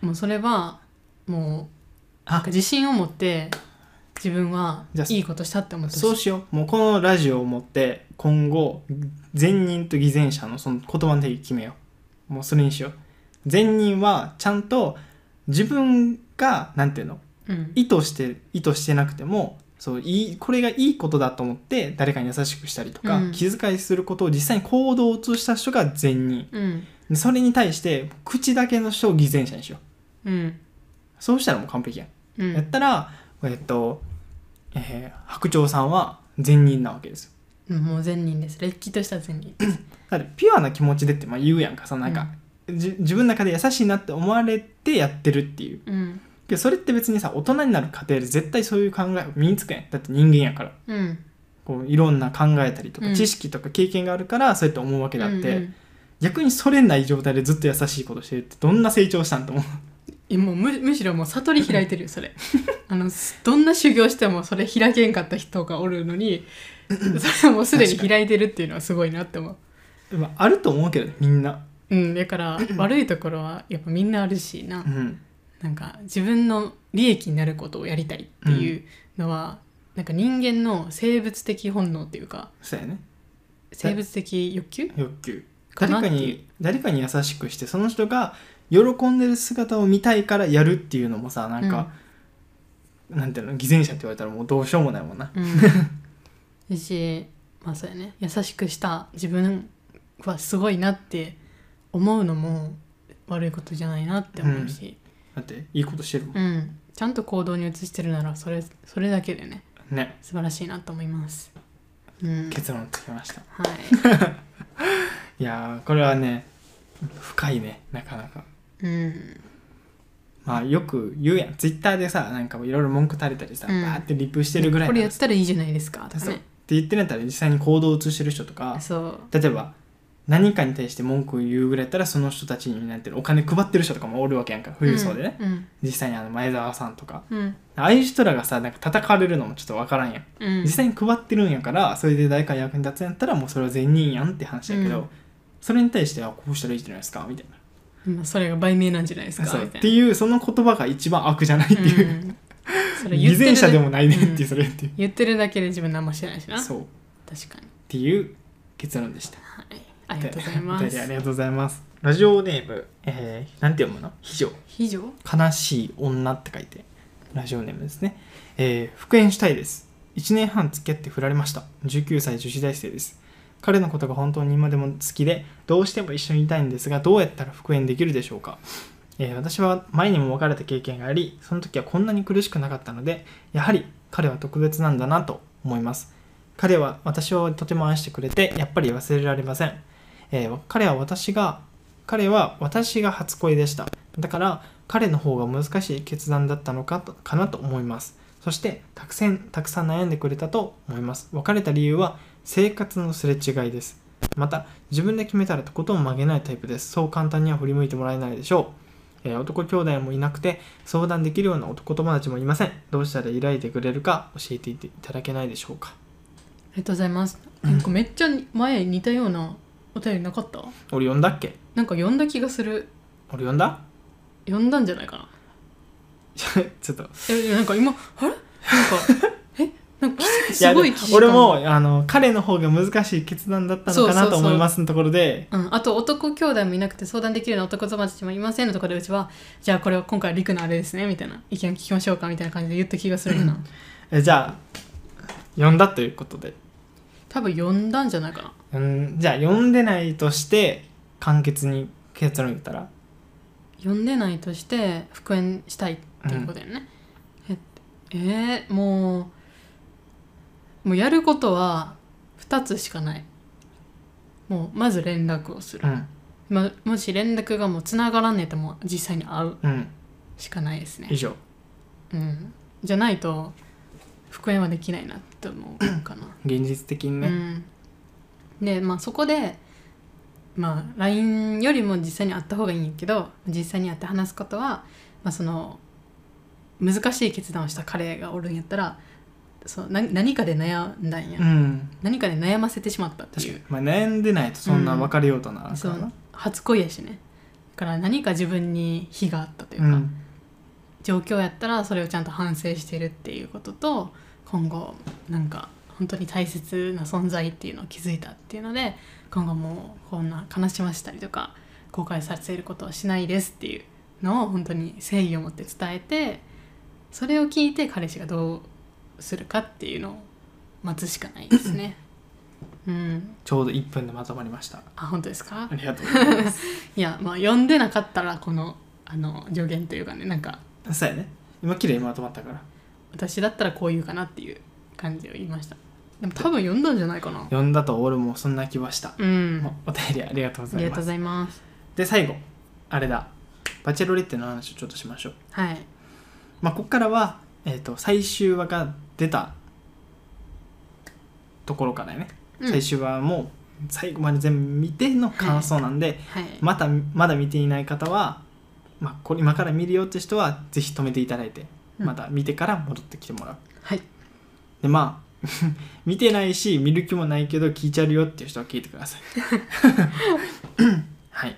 Speaker 2: もうそれはもう
Speaker 1: あ
Speaker 2: なんか自信を持って自分は
Speaker 1: じゃあ
Speaker 2: いいことしたって思って
Speaker 1: そう
Speaker 2: ほしい
Speaker 1: しようもうこのラジオをもって今後善人と偽善者のその言葉の定義決めようもうそれにしよう善人はちゃんと自分がなんていうの
Speaker 2: うん
Speaker 1: 意図して意図してなくてもそういいこれがいいことだと思って誰かに優しくしたりとか、
Speaker 2: うん
Speaker 1: 気遣いすることを実際に行動を通した人が善人
Speaker 2: うん
Speaker 1: でそれに対して口だけの人を偽善者にしよう
Speaker 2: うん
Speaker 1: そうしたらもう完璧やん、
Speaker 2: う
Speaker 1: やっ
Speaker 2: ん
Speaker 1: たらえっと、えー白鳥さんは善人なわけですよ
Speaker 2: うんもう善人ですれっきとした善人
Speaker 1: だってピュアな気持ちでってまあ言うやんかさなんか、じ自分の中で優しいなって思われてやってるっていう
Speaker 2: うん
Speaker 1: けどそれって別にさ大人になる過程で絶対そういう考え身につくやんだって人間やから
Speaker 2: うん
Speaker 1: こういろんな考えたりと
Speaker 2: う
Speaker 1: か
Speaker 2: ん
Speaker 1: 知識とか経験があるからそうやって思うわけであって、
Speaker 2: うん
Speaker 1: 逆にそれない状態でずっと優しいことしてるってどんな成長したんと思う
Speaker 2: いやもうむむしろもう悟り開いてるよ それあのすどんな修行してもそれ開けんかった人がおるのにそれはもうすでに開いてるっていうのはすごいなって思う
Speaker 1: まああると思うけど ねみんな、
Speaker 2: うんだから悪いところはやっぱみんなあるしな
Speaker 1: うん、
Speaker 2: なんか自分の利益になることをやりたいっていうのは、なんか人間の生物的本能っていうか
Speaker 1: そうやね
Speaker 2: 生物的欲求
Speaker 1: 欲求
Speaker 2: か
Speaker 1: 誰
Speaker 2: なっ
Speaker 1: か
Speaker 2: ていう
Speaker 1: に誰かに優しくしてその人が喜んでる姿を見たいからやるっていうのもさなんか、なんていうの偽善者って言われたらもうどうしようもないもんな
Speaker 2: うんだしまあそうやね優しくした自分はすごいなって思うのも悪いことじゃないなって思うし、
Speaker 1: だっていいことしてるもん
Speaker 2: うんちゃんと行動に移してるならそれそれだけでね
Speaker 1: ね
Speaker 2: 素晴らしいなと思います。うん、
Speaker 1: 結論つきました
Speaker 2: はい
Speaker 1: いやーこれはね深いねなかなか
Speaker 2: うん
Speaker 1: まあよく言うやんツイッターでさなんかいろいろ文句垂れたりさ、
Speaker 2: うん
Speaker 1: バーってリプしてるぐらい
Speaker 2: こ
Speaker 1: な
Speaker 2: れ
Speaker 1: ん
Speaker 2: や
Speaker 1: で
Speaker 2: っ
Speaker 1: す
Speaker 2: たらいいじゃないですかとか
Speaker 1: そうっ
Speaker 2: ね
Speaker 1: て言ってんやったら実際に行動を移してる人とか
Speaker 2: そう
Speaker 1: 例えば何かに対して文句を言うぐらいやったらその人たちになんていうのお金配ってる人とかもおるわけやんか富裕層でね、
Speaker 2: うん
Speaker 1: 実際にあの前澤さんとか
Speaker 2: うんうん
Speaker 1: ああいう人らがさなんか叩かれるのもちょっとわからんやん
Speaker 2: うん
Speaker 1: 実際に配ってるんやからそれで誰かに役に立つんやったらもうそれは善人やんって話やけど、
Speaker 2: うん
Speaker 1: それに対してはこうしたらいいじゃないですかみたいな
Speaker 2: まあそれが売名なんじゃないですか
Speaker 1: そうっ
Speaker 2: みたい
Speaker 1: ていうその言葉が一番悪じゃ ないって
Speaker 2: な
Speaker 1: いう、
Speaker 2: うんそれ言
Speaker 1: 偽
Speaker 2: って
Speaker 1: 善
Speaker 2: るだ
Speaker 1: 者でもないねんっていううそれってい
Speaker 2: ん言ってるだけで自分何もしてないし
Speaker 1: う
Speaker 2: な確
Speaker 1: そうっ
Speaker 2: かに
Speaker 1: ていう結論でした
Speaker 2: はいありがとうございま
Speaker 1: お便りあ
Speaker 2: す
Speaker 1: りがとうございますラジオネーム、えー、なんて読むの非常
Speaker 2: 以上
Speaker 1: 悲しい女って書いてラジオネームですね、えー復縁したいです1年半付き合って振られました19歳女子大生です彼のことが本当に今でも好きでどうしても一緒にいたいんですがどうやったら復縁できるでしょうか、えー私は前にも別れた経験がありその時はこんなに苦しくなかったのでやはり彼は特別なんだなと思います彼は私をとても愛してくれてやっぱり忘れられません、えー彼は私が彼は私が初恋でしただから彼の方が難しい決断だったのかとかなと思いますそしてたくさんたくさん悩んでくれたと思います別れた理由は生活のすれ違いですまた自分で決めたらとことん曲げないタイプですそう簡単には振り向いてもらえないでしょう、えー男兄弟もいなくて相談できるような男友達もいませんどうしたら依頼でくれるか教えていただけないでしょうか
Speaker 2: ありがとうございますなんかめっちゃ前似たようなお便りなかった
Speaker 1: 俺呼んだっけ
Speaker 2: なんか読んだ気がする
Speaker 1: 俺呼んだ
Speaker 2: 読んだんじゃないかな
Speaker 1: ちょっと
Speaker 2: えなんか今あれなんかえなんかき
Speaker 1: いや
Speaker 2: すごい危機
Speaker 1: 俺
Speaker 2: 感
Speaker 1: もあの彼の方が難しい決断だったのか
Speaker 2: そうそうそ
Speaker 1: な
Speaker 2: う
Speaker 1: と思いますのところで
Speaker 2: うん、あと男兄弟もいなくて相談できるような男友達もいませんのところでうちはじゃあこれは今回陸のあれですねみたいな意見聞きましょうかみたいな感じで言った気がするな
Speaker 1: えじゃあ呼んだということで、
Speaker 2: 多分呼んだんじゃないかな
Speaker 1: うん、じゃあ呼んでないとして簡潔に結論言ったら
Speaker 2: 呼んでないとして復縁したいっていうことやね、ええーもうもうやることは2つしかないもうまず連絡をする、
Speaker 1: うん
Speaker 2: ま、もし連絡がもうつながらんねえともう実際に会う
Speaker 1: うん
Speaker 2: しかないですね
Speaker 1: 以上
Speaker 2: うん、じゃないと復縁はできないなって思うかな。
Speaker 1: 現実的にね、
Speaker 2: うん、でまあそこで、まあ、LINE よりも実際に会った方がいいんやけど実際に会って話すことは、まあ、その難しい決断をした彼がおるんやったらそうな何かで悩んだんや、
Speaker 1: うん
Speaker 2: 何かで悩ませてしまったって
Speaker 1: 確
Speaker 2: い
Speaker 1: か
Speaker 2: う
Speaker 1: に、まあ、悩んでないとそんな別れようとならんか
Speaker 2: そ
Speaker 1: らな
Speaker 2: う初恋やしねだから何か自分に非があったという
Speaker 1: う
Speaker 2: か、
Speaker 1: ん
Speaker 2: 状況やったらそれをちゃんと反省してるっていうことと今後なんか本当に大切な存在っていうのを気づいたっていうので今後もこんな悲しましたりとか後悔させることはしないですっていうのを本当に誠意を持って伝えてそれを聞いて彼氏がどうするかっていうのを待つしかないですね。うん、
Speaker 1: ちょうど1分でまとまりました
Speaker 2: あ本当ですか
Speaker 1: ありがとうございます
Speaker 2: いやまあ読んでなかったらこのあの助言というかねなんか
Speaker 1: そうやね今綺麗にまとまったから
Speaker 2: 私だったらこう言うかなっていう感じを言いましたでも多分読んだんじゃないかな
Speaker 1: 呼んだと俺もそんな気はした、
Speaker 2: うんあ
Speaker 1: もうお便りありがとうござ
Speaker 2: り
Speaker 1: い
Speaker 2: が
Speaker 1: ま
Speaker 2: とうご
Speaker 1: す
Speaker 2: ざいます
Speaker 1: で最後あれだバチェロレッテの話をちょっとしましょう
Speaker 2: はい
Speaker 1: まあここからは、えー、と最終話が出たところからね、
Speaker 2: うん
Speaker 1: 最終話も最後まで全部見ての感想なんで、
Speaker 2: はい
Speaker 1: またまだ見ていない方は、まあ、これ今から見るよって人はぜひ止めていただいて
Speaker 2: うん
Speaker 1: また見てから戻ってきてもらう、
Speaker 2: はい
Speaker 1: でまあ 見てないし見る気もないけど聞いちゃうよっていう人は聞いてくださ いはい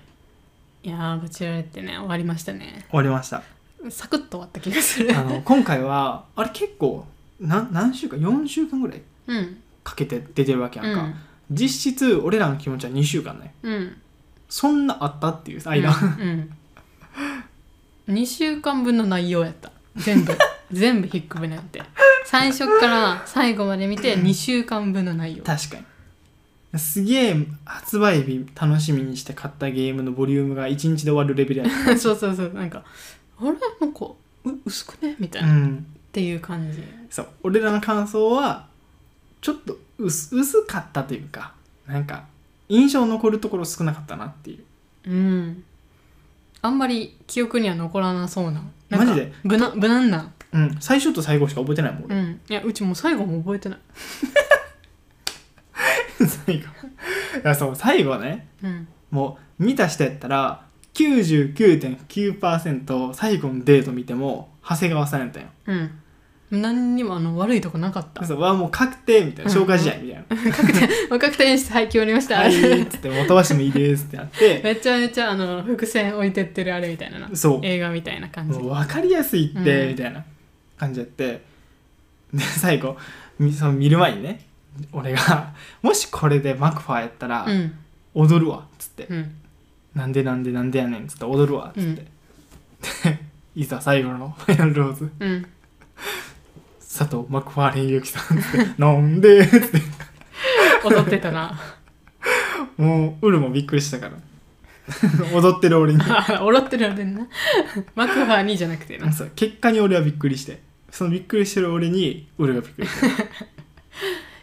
Speaker 2: いやーバチェラレってね終わりましたね
Speaker 1: 終わりました
Speaker 2: サクッと終わった気がする
Speaker 1: あの今回はあれ結構な何週間4週間ぐらい
Speaker 2: うん
Speaker 1: かけて出てるわけやんか、
Speaker 2: うん
Speaker 1: 実質俺らの気持ちは2週間ね
Speaker 2: うん
Speaker 1: そんなあったっていう間、
Speaker 2: うん、うん、2週間分の内容やった全 部全部ひっくるめって最初から最後まで見て2週間分の内容
Speaker 1: 確かにすげえ発売日楽しみにして買ったゲームのボリュームが1日で終わるレベルやっ
Speaker 2: そうそうそうなんかあれなんかう薄くねみたい
Speaker 1: た、う
Speaker 2: な、っ
Speaker 1: ん、
Speaker 2: ていう感じ
Speaker 1: そう俺らの感想はちょっと薄薄かったというかなんか印象残るところ少なかったなっていう
Speaker 2: うん。あんまり記憶には残らなそうな。なん
Speaker 1: マ
Speaker 2: か
Speaker 1: ジで
Speaker 2: 無難無難な。
Speaker 1: うん最初と最後しか覚えてないもん
Speaker 2: う
Speaker 1: 俺、
Speaker 2: ん。いや、うちもう最後も覚えてない。
Speaker 1: 最後いやそう最後ね
Speaker 2: うん。
Speaker 1: もう見た人やったら99.9%最後のデート見ても長谷川さんやったんよ
Speaker 2: うん。何にもあの悪いとこなかった。
Speaker 1: そうわもう確定みたいな消化試合みたいな
Speaker 2: 若くてして、はい、決まりました。
Speaker 1: はい っつってもう飛ばしてもいいですってなって
Speaker 2: めっちゃめちゃあの伏線置いてってるあれみたいなな
Speaker 1: そう
Speaker 2: 映画みたいな感じ
Speaker 1: もう分かりやすいって、
Speaker 2: うん
Speaker 1: みたいな感じやってで最後みその見る前にね俺が「もしこれでマクファーやったら
Speaker 2: うん
Speaker 1: 踊るわ」っつって
Speaker 2: うん
Speaker 1: 「なんでなんでなんでやねん」っつって「踊るわ」っつって、
Speaker 2: うん
Speaker 1: でいざ最後のファイナルローズ
Speaker 2: うん
Speaker 1: 佐藤マクファーレンゆきさんっつって「なんで?」つって
Speaker 2: 踊ってたな
Speaker 1: もうウルもびっくりしたから 踊ってる俺に
Speaker 2: 踊ってるあれなマクファーにじゃなくてな
Speaker 1: そう結果に俺はびっくりしてそのびっくりしてる俺にウルがびっくりして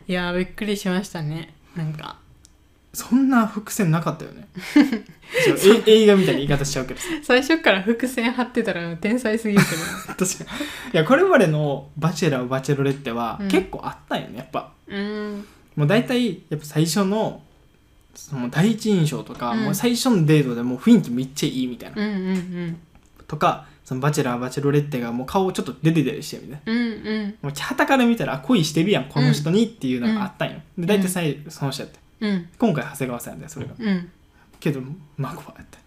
Speaker 2: いやーびっくりしましたねなんか
Speaker 1: そんな伏線なかったよ ねちょえ映画みたいな言い方しちゃうけどさ
Speaker 2: 最初から伏線張ってたら天才すぎるけど
Speaker 1: 確かにいやこれまでの「バチェラーバチェロレッテ」は
Speaker 2: うん
Speaker 1: 結構あったんよねやっぱ
Speaker 2: うん
Speaker 1: もう大体やっぱ最初のその第一印象とか、
Speaker 2: うん
Speaker 1: もう最初のデートでもう雰囲気めっちゃいいみたいな、
Speaker 2: うんうん
Speaker 1: とかそのバチェラーバチェロレッテがもう顔ちょっと出て出てしてるみたいな
Speaker 2: うんうんうん
Speaker 1: もうはたから見たらあ恋してるやんこの人にっていうのがあったんよ、
Speaker 2: ん
Speaker 1: で大体最後その人やって
Speaker 2: うん
Speaker 1: 今回長谷川さんやったよそれが
Speaker 2: うん
Speaker 1: けどマクファーやった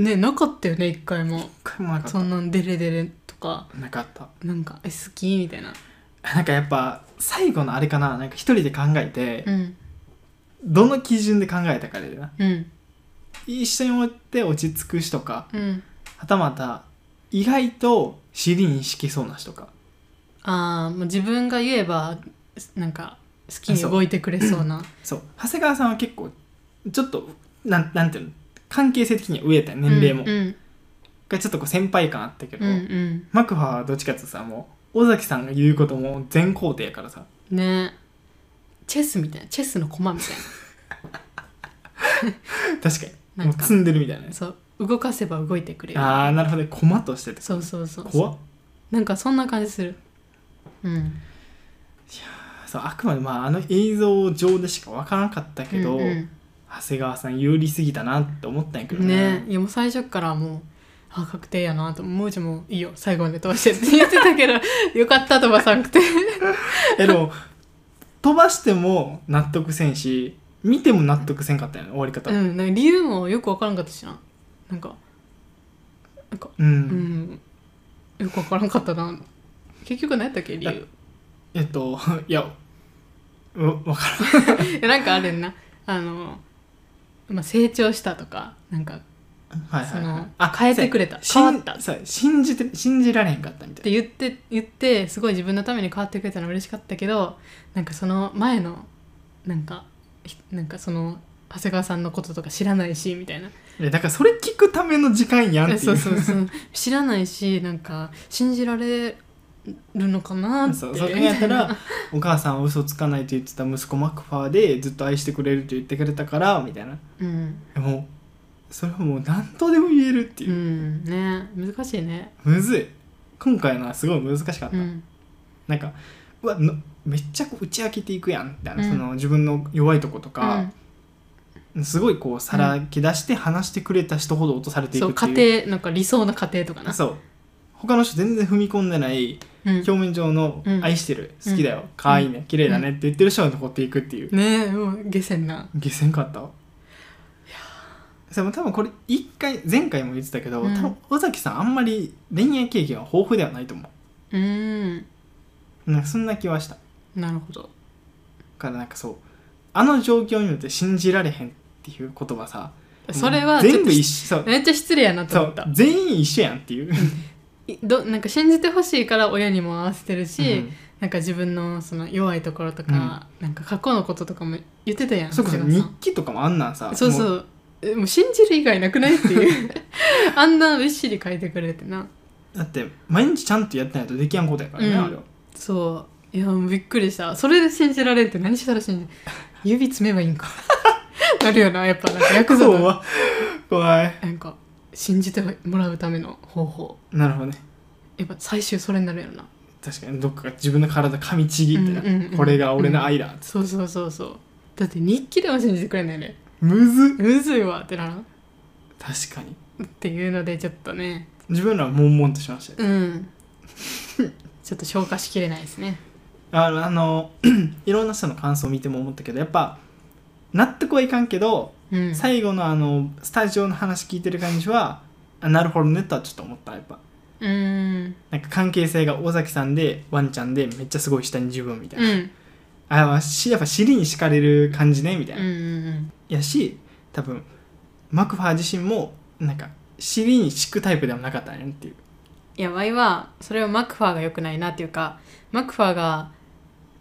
Speaker 1: 一
Speaker 2: ねなかったよね一回も
Speaker 1: 回もなかっ
Speaker 2: そんなんデレデレとか
Speaker 1: たなかった
Speaker 2: なんかえ好きみたいな
Speaker 1: なんかやっぱ最後のあれかななんか一人で考えて、
Speaker 2: うん
Speaker 1: どの基準で考えたかでな
Speaker 2: うん
Speaker 1: 一緒に終わって落ち着く人か
Speaker 2: うん
Speaker 1: はたまた意外と尻に敷きそうな人か
Speaker 2: ああもう自分が言えばなんか好きに動いてくれそうな
Speaker 1: そう長谷川さんは結構ちょっとなんなんていうの関係性的には上やったよ年齢も、
Speaker 2: うんうん
Speaker 1: がちょっとこう先輩感あったけど、
Speaker 2: うんうん
Speaker 1: マクファーはどっちかっていうとさもう尾崎さんが言うことも全肯定やからさ
Speaker 2: ねチェスみたいなチェスの駒みたい
Speaker 1: 確かに
Speaker 2: な
Speaker 1: も
Speaker 2: ん
Speaker 1: う
Speaker 2: か
Speaker 1: 積んでるみたいなね
Speaker 2: なそう動かせば動いてくれる
Speaker 1: ああなるほど駒としてって
Speaker 2: そうそうそう
Speaker 1: 怖っ
Speaker 2: なんかそんな感じするうん
Speaker 1: そうあくまでまああの映像上でしか分からなかったけど、
Speaker 2: うんうん
Speaker 1: 長谷川さん有利すぎたなって思ったんやけど
Speaker 2: ねいやもう最初っからもうあ確定やなともううちもいいよ最後まで通してって言ってた けどよかった飛ばさなくて
Speaker 1: えでも飛ばしても納得せんし見ても納得せんかったよね終わり方
Speaker 2: うんなんか理由もよくわからんかったしななんか
Speaker 1: うん、
Speaker 2: うんよくわからんかったな結局何やったっけ理由
Speaker 1: えっと いやうわ分か
Speaker 2: いやなんかあれんなあの、まあ、成長したとかなんから
Speaker 1: んはいはい
Speaker 2: そ
Speaker 1: は
Speaker 2: の
Speaker 1: いあ
Speaker 2: 変えてくれた変わったっ
Speaker 1: そう信じて信じられへんかったみたいな
Speaker 2: て言って言ってすごい自分のために変わってくれたの嬉しかったけどなんかその前のなんかひなんかその長谷川さんのこととか知らないしみたいな
Speaker 1: えだからそれ聞くための時間やんっていう
Speaker 2: そうそうそう知らないしなんか信じられるのかなって
Speaker 1: そうそう考えた
Speaker 2: み
Speaker 1: らお母さんは嘘つかないと言ってた息子マクファーでずっと愛してくれると言ってくれたからみたいな
Speaker 2: たいなうん、
Speaker 1: えもうそれはもう何とでも言えるって
Speaker 2: う
Speaker 1: いう、
Speaker 2: ん、ね難しいね
Speaker 1: むずい今回のはすごい難しかった、
Speaker 2: うん
Speaker 1: なんかうわのめっちゃこう打ち明けていくやんみたいな、
Speaker 2: うん
Speaker 1: その自分の弱いとことか、すごいこうさらけ出して話してくれた人ほど落とされ
Speaker 2: う
Speaker 1: てい
Speaker 2: ん、そ
Speaker 1: くっ
Speaker 2: う
Speaker 1: ていう
Speaker 2: 家庭なんか理想の家庭とかな
Speaker 1: そう他の人全然踏み込んでない
Speaker 2: うん
Speaker 1: 表面上の
Speaker 2: う
Speaker 1: 「
Speaker 2: ん
Speaker 1: 愛してる、
Speaker 2: うん
Speaker 1: 好きだよ可愛いね綺麗だね」って言ってる人が残っていくっていう
Speaker 2: ねえもう下船な
Speaker 1: 下せんかったでも多分これ一回前回も言ってたけど、
Speaker 2: うん
Speaker 1: 多分尾崎さんあんまり恋愛経験は豊富ではないと思
Speaker 2: うーん
Speaker 1: うなんかそんな気はした
Speaker 2: なるほど
Speaker 1: からなんかそうあの状況によって信じられへんっていう言葉さ
Speaker 2: それはちょ
Speaker 1: 全
Speaker 2: っと
Speaker 1: 部一緒そう
Speaker 2: めっちゃ失礼やな
Speaker 1: そ
Speaker 2: と思っ
Speaker 1: う
Speaker 2: た
Speaker 1: 全員一緒やんっていう、
Speaker 2: いどなんか信じてほしいから親にも合わせてるし、
Speaker 1: うん
Speaker 2: なんか自分のその弱いところとか、なんか過去のこととかも言ってたやん
Speaker 1: それこそ
Speaker 2: 長谷
Speaker 1: 日
Speaker 2: 川
Speaker 1: 記とかもあんなんさ
Speaker 2: さんそうそ
Speaker 1: もう
Speaker 2: うえもう信じる以外なくないっていう あんなびっしり書いてくれてな
Speaker 1: だって毎日ちゃんとやってないとできやんことやからね、
Speaker 2: うん
Speaker 1: あれは
Speaker 2: そういやもうびっくりしたそれで信じられるって何したら信 じる指詰めばいいんか なるよなやっぱなんかヤクザの
Speaker 1: 怖い 怖い
Speaker 2: なんか信じてもらうための方法
Speaker 1: なるほどね
Speaker 2: やっぱ最終それになるよな
Speaker 1: 確かにどっかが自分の体噛みちぎってな、
Speaker 2: うんうんうん
Speaker 1: これが俺の愛だ、
Speaker 2: そうそうそうそうだって日記でも信じてくれないね
Speaker 1: むずっ
Speaker 2: むずいわってならんっ
Speaker 1: 確かに
Speaker 2: ていうのでちょっとね
Speaker 1: 自分らは悶々としましたよ
Speaker 2: うん ちょっと消化しきれないですね
Speaker 1: あのあの いろんな人の感想を見ても思ったけどやっぱ納得はいかんけど、
Speaker 2: うん
Speaker 1: 最後のあのスタジオの話聞いてる感じはあなるほどねとはちょっと思ったやっぱ
Speaker 2: うん
Speaker 1: なんか関係性が尾崎さんでワンちゃんでめっちゃすごい下に自分みたいな、
Speaker 2: うん
Speaker 1: あわしやっぱ尻に敷かれる感じねみたい
Speaker 2: うん
Speaker 1: な、
Speaker 2: うん
Speaker 1: やし多分マクファー自身もなんか尻に敷くタイプではなかったねっていう
Speaker 2: いやワイはそれはマクファーが良くないなっていうかマクファーが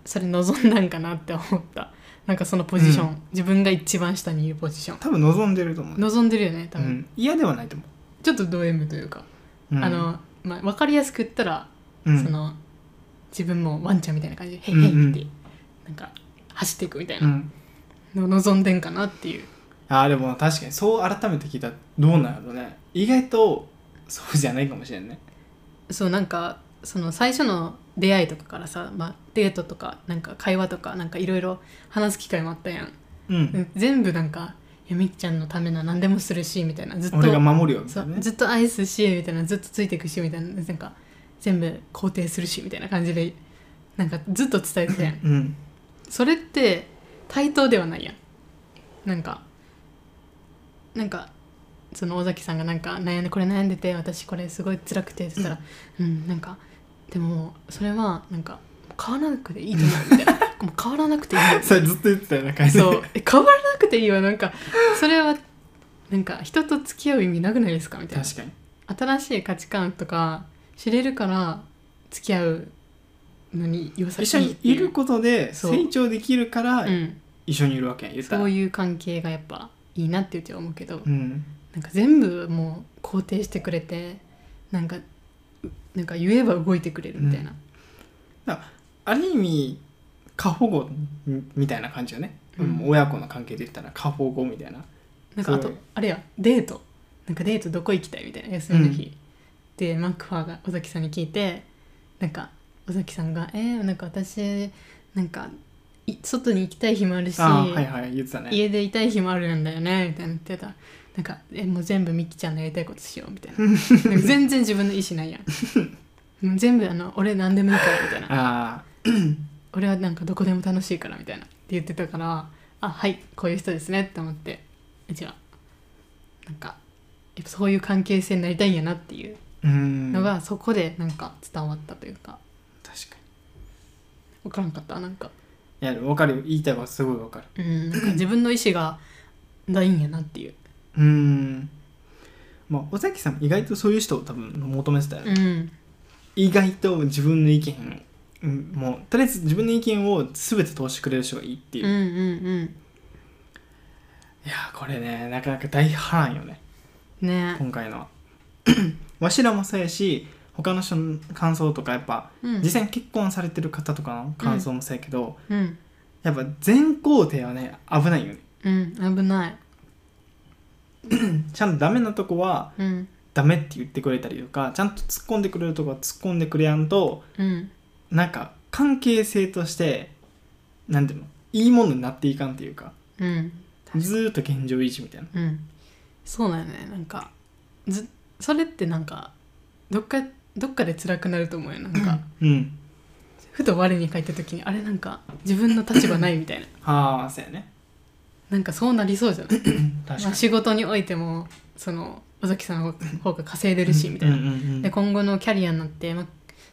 Speaker 2: それ望んだんかなって思った なんかそのポジション、
Speaker 1: う
Speaker 2: 自分が一番下にいるポジション
Speaker 1: 多分望んでると思う、
Speaker 2: 望んでるよね多
Speaker 1: う
Speaker 2: 分、
Speaker 1: ん、嫌ではないと思
Speaker 2: ちょっとド M というか、
Speaker 1: う、うん
Speaker 2: あ、の、まあ、分かりやすく言ったら、
Speaker 1: うん
Speaker 2: その自分もワンちゃんみたいな感じで「へい
Speaker 1: うん
Speaker 2: へ
Speaker 1: うん、
Speaker 2: い」ってなんか走っていくみたいうなんのを望んでんかなっていう
Speaker 1: あーでも確かにそう改めて聞いたらどうなんやろうね意外とそうじゃないかもしれんね
Speaker 2: そうなんかその最初の出会いとかからさ、まあ、デートとかなんか会話とかなんかいろいろ話す機会もあったやん
Speaker 1: うん、
Speaker 2: 全部なんかいやみっちゃんのためなら何でもするしみたいなずっと
Speaker 1: 俺が守るよみた
Speaker 2: そ
Speaker 1: いうなね
Speaker 2: ずっと愛すしみたいなずっとついていくしみたいななんか全部肯定するしみたいな感じでなんかずっと伝えてた やん
Speaker 1: うん
Speaker 2: それって対等ではないやんなんかなんかその尾崎さんがなんか悩んでこれ悩んでて私これすごい辛くてって言ったらうん、なんかでもそれはなんか変わらなくていいと思うみ たいなもう変わらなくていい
Speaker 1: それずっと言ってたような 感じで
Speaker 2: そうえ変わらなくていいわなんかそれはなんか人と付き合う意味なくないですかみたいな
Speaker 1: 確かに
Speaker 2: 新しい価値観とか知れるから付き合うのに良さ
Speaker 1: 一緒に
Speaker 2: って
Speaker 1: いうることで
Speaker 2: そう
Speaker 1: 成長できるから
Speaker 2: うん、
Speaker 1: 一緒にいるわけや言ったら
Speaker 2: そういう関係がやっぱいいなってうちは思うけど、
Speaker 1: うん
Speaker 2: なんか全部もう肯定してくれてなんかうなんか言えば動いてくれるみたいな、
Speaker 1: ある意味過保護みたいな感じよね、
Speaker 2: うん
Speaker 1: うん親子の関係で言ったら過保護みたいな
Speaker 2: なんかあと
Speaker 1: そう
Speaker 2: あれやデートなんかデートどこ行きたいみたいな休みの日、でマックファーが尾崎さんに聞いてなんか尾崎さんが「えー、なんか私なんかい外に行きたい日もあるし、
Speaker 1: ああはいはい言ってたね
Speaker 2: 家でいたい日もあるんだよね」みたいな言ってたなんか「えもう全部ミキちゃんのやりたいことしよう」み たいななんか全然自分の意思ないやんもう全部あの俺何でもいいからみたいな
Speaker 1: あ
Speaker 2: 俺はなんかどこでも楽しいからみたいなって言ってたからあはいこういう人ですねって思ってうちはなんかやっぱそういう関係性になりたいんやなっていう
Speaker 1: あうん
Speaker 2: のが、そこでなんか伝わったというか
Speaker 1: 確か
Speaker 2: 分からんかったなんか,、
Speaker 1: にいやでも分かるよ言いたいことすごい分かる
Speaker 2: うん、なんか自分の意思がないんやなっていう、
Speaker 1: うんまあ尾崎さんも意外とそういう人を多分求めてたよね、
Speaker 2: うん、
Speaker 1: 意外と自分の意見うんもうとりあえず自分の意見を全て通してくれる人がいいっていうう、
Speaker 2: んう
Speaker 1: い
Speaker 2: ん
Speaker 1: やーこれねなかなか大波乱よね
Speaker 2: うんね
Speaker 1: 今回の はわしらもそうやし他の人の感想とかやっぱ
Speaker 2: うん
Speaker 1: 実際に結婚されてる方とかの感想もそうやけど、
Speaker 2: うん
Speaker 1: やっぱ全工程はね危ないよね
Speaker 2: うん危ない
Speaker 1: ちゃんとダメなとこは
Speaker 2: うん
Speaker 1: ダメって言ってくれたりとかちゃんと突っ込んでくれるとこは突っ込んでくれやんと
Speaker 2: うん
Speaker 1: なんか関係性としてなんていうのいいものになっていかんっていうか
Speaker 2: うん
Speaker 1: ずーっと現状維持みたいな
Speaker 2: うん、そうだよねなんかずそれってなんかどっかどっかで辛くなると思うよなんか
Speaker 1: うん
Speaker 2: ふと我に返った時にあれなんか自分の立場ない みたいな
Speaker 1: ああそうやね
Speaker 2: なんかそうなりそうじゃない、
Speaker 1: 確
Speaker 2: まあ、仕事においてもその尾崎さんの方が稼いでるしみたいな、
Speaker 1: うんうんうん
Speaker 2: で今後のキャリアになってま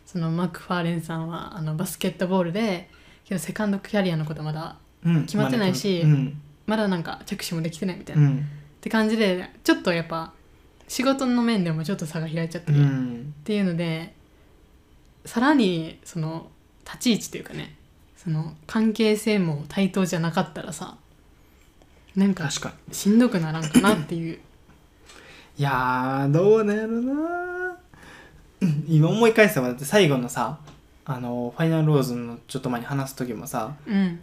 Speaker 2: そのマック・ファーレンさんはあのバスケットボールでけどセカンドキャリアのことまだ
Speaker 1: うん
Speaker 2: 決まってないし
Speaker 1: うん
Speaker 2: まだなんか着手もできてないみたいうな、っ
Speaker 1: ん
Speaker 2: て感じでちょっとやっぱ仕事の面でもちょっと差が開いちゃって
Speaker 1: う
Speaker 2: る
Speaker 1: ん
Speaker 2: っていうのでさらにその立ち位置というかねその関係性も対等じゃなかったらさなんか
Speaker 1: 確かに
Speaker 2: しんどくならんかなっていう
Speaker 1: いやーどうなんやろなうん今思い返せばだって最後のさあのファイナルローズのちょっと前に話す時もさ
Speaker 2: うん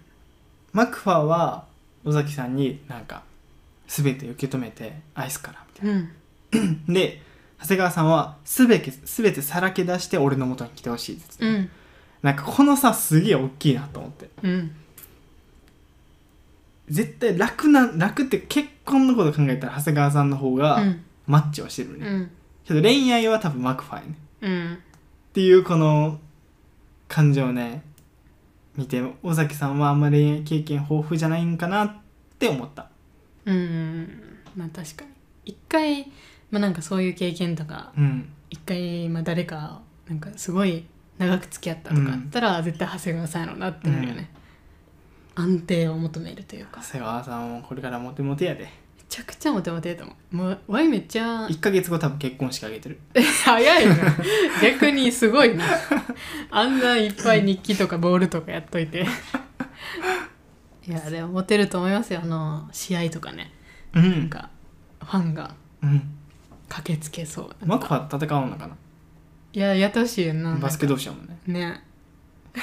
Speaker 1: マクファーは尾崎さんになんか全て受け止めて愛すからみたい
Speaker 2: うん
Speaker 1: なで長谷川さんは全て全てさらけ出して俺の元に来てほしいって言ってた
Speaker 2: うん
Speaker 1: なんかこのさすげえ大きいなと思って
Speaker 2: うん
Speaker 1: 絶対楽な楽って結婚のこと考えたら長谷川さんの方
Speaker 2: う
Speaker 1: が
Speaker 2: ん
Speaker 1: マッチはしてるね、
Speaker 2: うん
Speaker 1: けど恋愛は多分マクファーやね
Speaker 2: うん
Speaker 1: っていうこの感情をね見て尾崎さんはあんまり恋愛経験豊富じゃないんかなって思った
Speaker 2: うんまあ確かに一回まあなんかそういう経験とか
Speaker 1: うん
Speaker 2: 一回まあ誰かなんかすごい長く付き合ったとかあったら絶対長谷川さんやろうなってなるよね、安定を求めるというか
Speaker 1: 長谷川さんもこれからモテモテやで
Speaker 2: めちゃくちゃモテモテだと思う。もう、ワイめっちゃ、
Speaker 1: 1ヶ月後多分結婚式あげてる
Speaker 2: 早いな。逆にすごいな。あんないっぱい日記とかボールとかやっといて。いや、でもモテると思いますよ。あの、試合とかね。
Speaker 1: う
Speaker 2: なん
Speaker 1: ん、
Speaker 2: か、ファンが
Speaker 1: うん、
Speaker 2: 駆けつけそう。
Speaker 1: マクファー戦うのかない
Speaker 2: や、やってほしいよな。
Speaker 1: バスケ同士やもんね
Speaker 2: ね。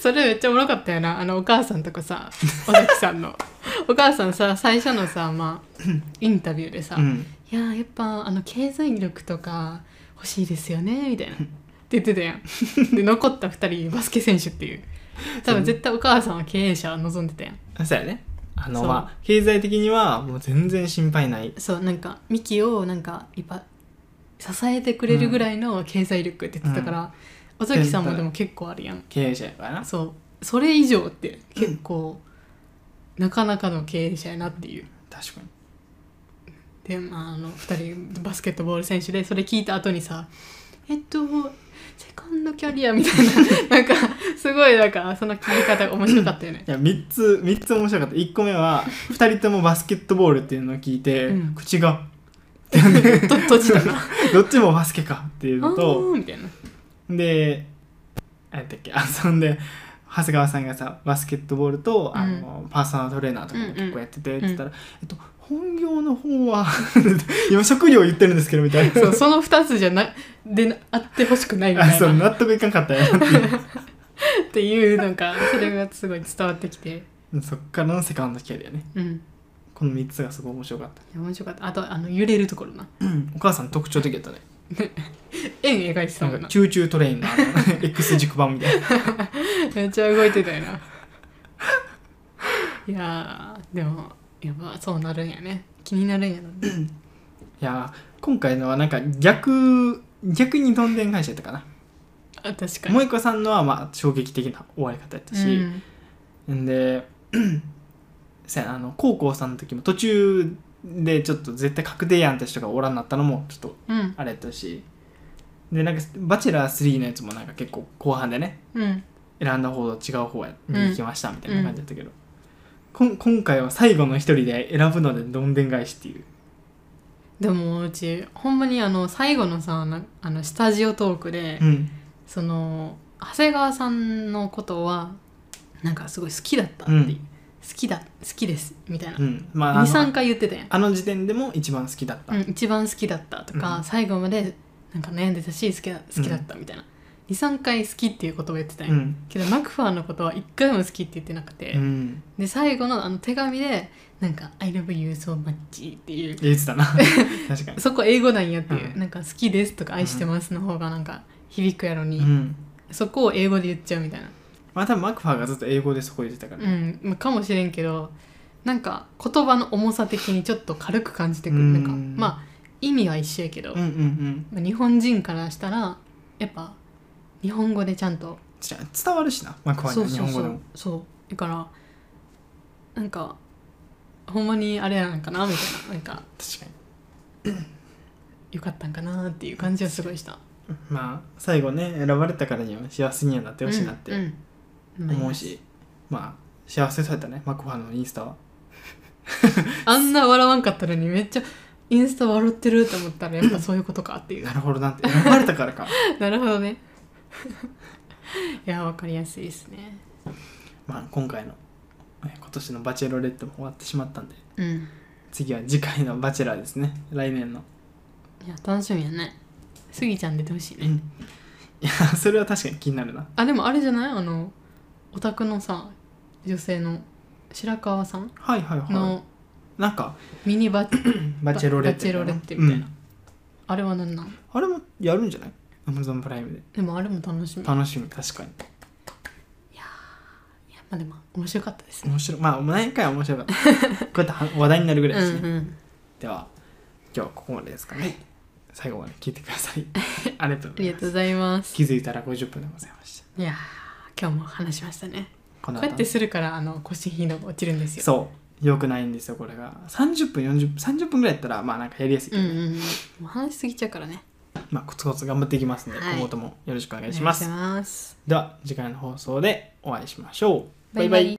Speaker 2: それめっちゃおもろかったよな。あの、お母さんとかさ、尾崎さんの。お母さんさ、最初のさ、ま あ、インタビューでさ、
Speaker 1: うん
Speaker 2: いやーやっぱあの経済力とか欲しいですよねみ たいなって言ってたやん で残った2人バスケ選手っていう多分絶対お母さんは経営者を望んでたやん
Speaker 1: そうやねあの
Speaker 2: そう
Speaker 1: まあ経済的にはもう全然心配ない
Speaker 2: そうなんかミキをなんかいっぱい支えてくれるぐらいの経済力って言ってたから、尾崎さんもでも結構あるやん
Speaker 1: 経営者やからな
Speaker 2: そうそれ以上って結構、なかなかの経営者やなっていう
Speaker 1: 確かに
Speaker 2: で、まあ、あの2人バスケットボール選手でそれ聞いた後にさ「えっとセカンドキャリアみたいな なんかすごいなんかその切り方が面白かったよね
Speaker 1: いや3つ3つ面白かった1個目は2人ともバスケットボールっていうのを聞いて、
Speaker 2: うん
Speaker 1: 口が
Speaker 2: と閉じたな
Speaker 1: どっちもバスケかっていう
Speaker 2: あ
Speaker 1: のと
Speaker 2: ーみたいな
Speaker 1: で何だっけあそんで長谷川さんがさバスケットボールとあの、パーソナルトレーナーとかも結構やっててって言ったら、えっと本業の方は 今職業言ってるんですけどみたいな
Speaker 2: そうその2つじゃなでなあってほしくないみ
Speaker 1: あ
Speaker 2: たい
Speaker 1: そう納
Speaker 2: な
Speaker 1: 得いかんかったよ っていう
Speaker 2: っていうなんかそれがすごい伝わってきて
Speaker 1: そっからのセカンドキャリアね
Speaker 2: うんい
Speaker 1: この3つがすごい面白かった、
Speaker 2: や面白かったあとあの揺れるところな
Speaker 1: お母さん特徴的だったね
Speaker 2: 円描いてたもん
Speaker 1: な
Speaker 2: なん
Speaker 1: かチューチュートレイン のあの X 軸版みたいな
Speaker 2: めっちゃ動いてたよないやーでもやばそうなるんやね気になるんやろね
Speaker 1: いやー今回のはなんか逆逆にどんでん返しやったかな
Speaker 2: あ確かに
Speaker 1: 萌子さんのはまあ衝撃的な終わり方やった
Speaker 2: う
Speaker 1: し、
Speaker 2: ん
Speaker 1: ん、で せやあの高校さんの時も途中でちょっと絶対確定やんって人がおらんなったのもちょっと
Speaker 2: うん
Speaker 1: あれやったしでなんか「バチェラー3」のやつもなんか結構後半でね
Speaker 2: うん
Speaker 1: 選んだ方と違う方に行きましたみたいな感じだったけど、こん今回は最後の一人で選ぶのでどんでん返しっていう
Speaker 2: でもうちほんまにあの最後のさなあのスタジオトークで、
Speaker 1: うん
Speaker 2: その長谷川さんのことはなんかすごい好きだったって
Speaker 1: う
Speaker 2: いう、好
Speaker 1: ん、
Speaker 2: きだ好きですみたいな、
Speaker 1: うん、まああの
Speaker 2: 23回言ってたやん、
Speaker 1: あの時点でも一番好きだった、
Speaker 2: うん、一番好きだったとか、
Speaker 1: うん
Speaker 2: 最後までなんか悩んでたし好きだ好きだったみたいな、23回好きっていう言葉言ってたやん、
Speaker 1: うん
Speaker 2: けどマクファーのことは1回も好きって言ってなくて、
Speaker 1: うん
Speaker 2: で最後のあの手紙でなんか「I love you so much」っていう
Speaker 1: 言ってた な確かに、
Speaker 2: そこ英語なんやっていう、
Speaker 1: うん
Speaker 2: なんか「好きです」とか「愛してます」の方がなんか響くやろに、
Speaker 1: うん、
Speaker 2: そこを英語で言っちゃうみたいな、
Speaker 1: まあ多分マクファーがずっと英語でそこ言ってたから
Speaker 2: う
Speaker 1: ね、
Speaker 2: んまあ、かもしれんけどなんか言葉の重さ的にちょっと軽く感じてくる、
Speaker 1: うん
Speaker 2: なんかまあ意味は一緒やけど、
Speaker 1: うん、うんうん
Speaker 2: まあ日本人からしたらやっぱ日本語でちゃんと
Speaker 1: じゃあ伝わるしなマクファー
Speaker 2: そ
Speaker 1: に
Speaker 2: う
Speaker 1: は日
Speaker 2: そ
Speaker 1: 本語
Speaker 2: うそ
Speaker 1: で
Speaker 2: う
Speaker 1: も
Speaker 2: そうだからなんかほんまにあれなんかなみたいななんか
Speaker 1: 確かに
Speaker 2: よかったんかなっていう感じはすごいした
Speaker 1: まあ最後ね選ばれたからには幸せにはなってほしいなって
Speaker 2: うんん
Speaker 1: 思うし、まあ幸せそうやったねマクファーのインスタは
Speaker 2: あんな笑わんかったのにめっちゃインスタ笑ってると思ったらやっぱそういうことかっていう
Speaker 1: なるほどなんて選ばれたからか
Speaker 2: なるほどね いやわかりやすいですね
Speaker 1: まあ今回のえ今年のバチェロレッテも終わってしまったんで
Speaker 2: うん
Speaker 1: 次は次回のバチェラーですね来年の
Speaker 2: いや楽しみやねスギちゃん出てほしいね、
Speaker 1: うんいやそれは確かに気になるな
Speaker 2: あでもあれじゃないあのオタクのさ女性の白川さん
Speaker 1: はいはいはい
Speaker 2: の
Speaker 1: なんか
Speaker 2: ミニバッ
Speaker 1: バチェロレッテ
Speaker 2: バチェロレッテみたいな
Speaker 1: うん
Speaker 2: あれは何なん
Speaker 1: あれもやるんじゃないアマゾンプライムで
Speaker 2: でもあれも楽しみいや
Speaker 1: 楽しみ確かに
Speaker 2: まあでも面白かったですね
Speaker 1: 面白いまあ何回は面白 かったこうやっては話題になるぐ
Speaker 2: う
Speaker 1: ら
Speaker 2: ん
Speaker 1: いですね、
Speaker 2: うん
Speaker 1: では今日はここまでですかね、最後まで聞いてくだ さいありがとう
Speaker 2: あ
Speaker 1: ござ
Speaker 2: り
Speaker 1: い
Speaker 2: が
Speaker 1: ま
Speaker 2: と
Speaker 1: す
Speaker 2: うございます
Speaker 1: 気づいたら50分でございました
Speaker 2: いやー今日も話しましたね
Speaker 1: この
Speaker 2: こ
Speaker 1: 後
Speaker 2: うやってするからあの腰頻度が落ちるんですよ
Speaker 1: そうよくないんですよこれが30分40分30分ぐらいやったらまあなんかやりやすいけ
Speaker 2: う
Speaker 1: ど
Speaker 2: ん
Speaker 1: ね、
Speaker 2: うんうんもう話しすぎちゃうからね
Speaker 1: まあコツコツ頑張っていきますので、
Speaker 2: はい
Speaker 1: 今後ともよろしくお願いします
Speaker 2: お願いします
Speaker 1: では次回の放送でお会いしましょう
Speaker 2: バイバイ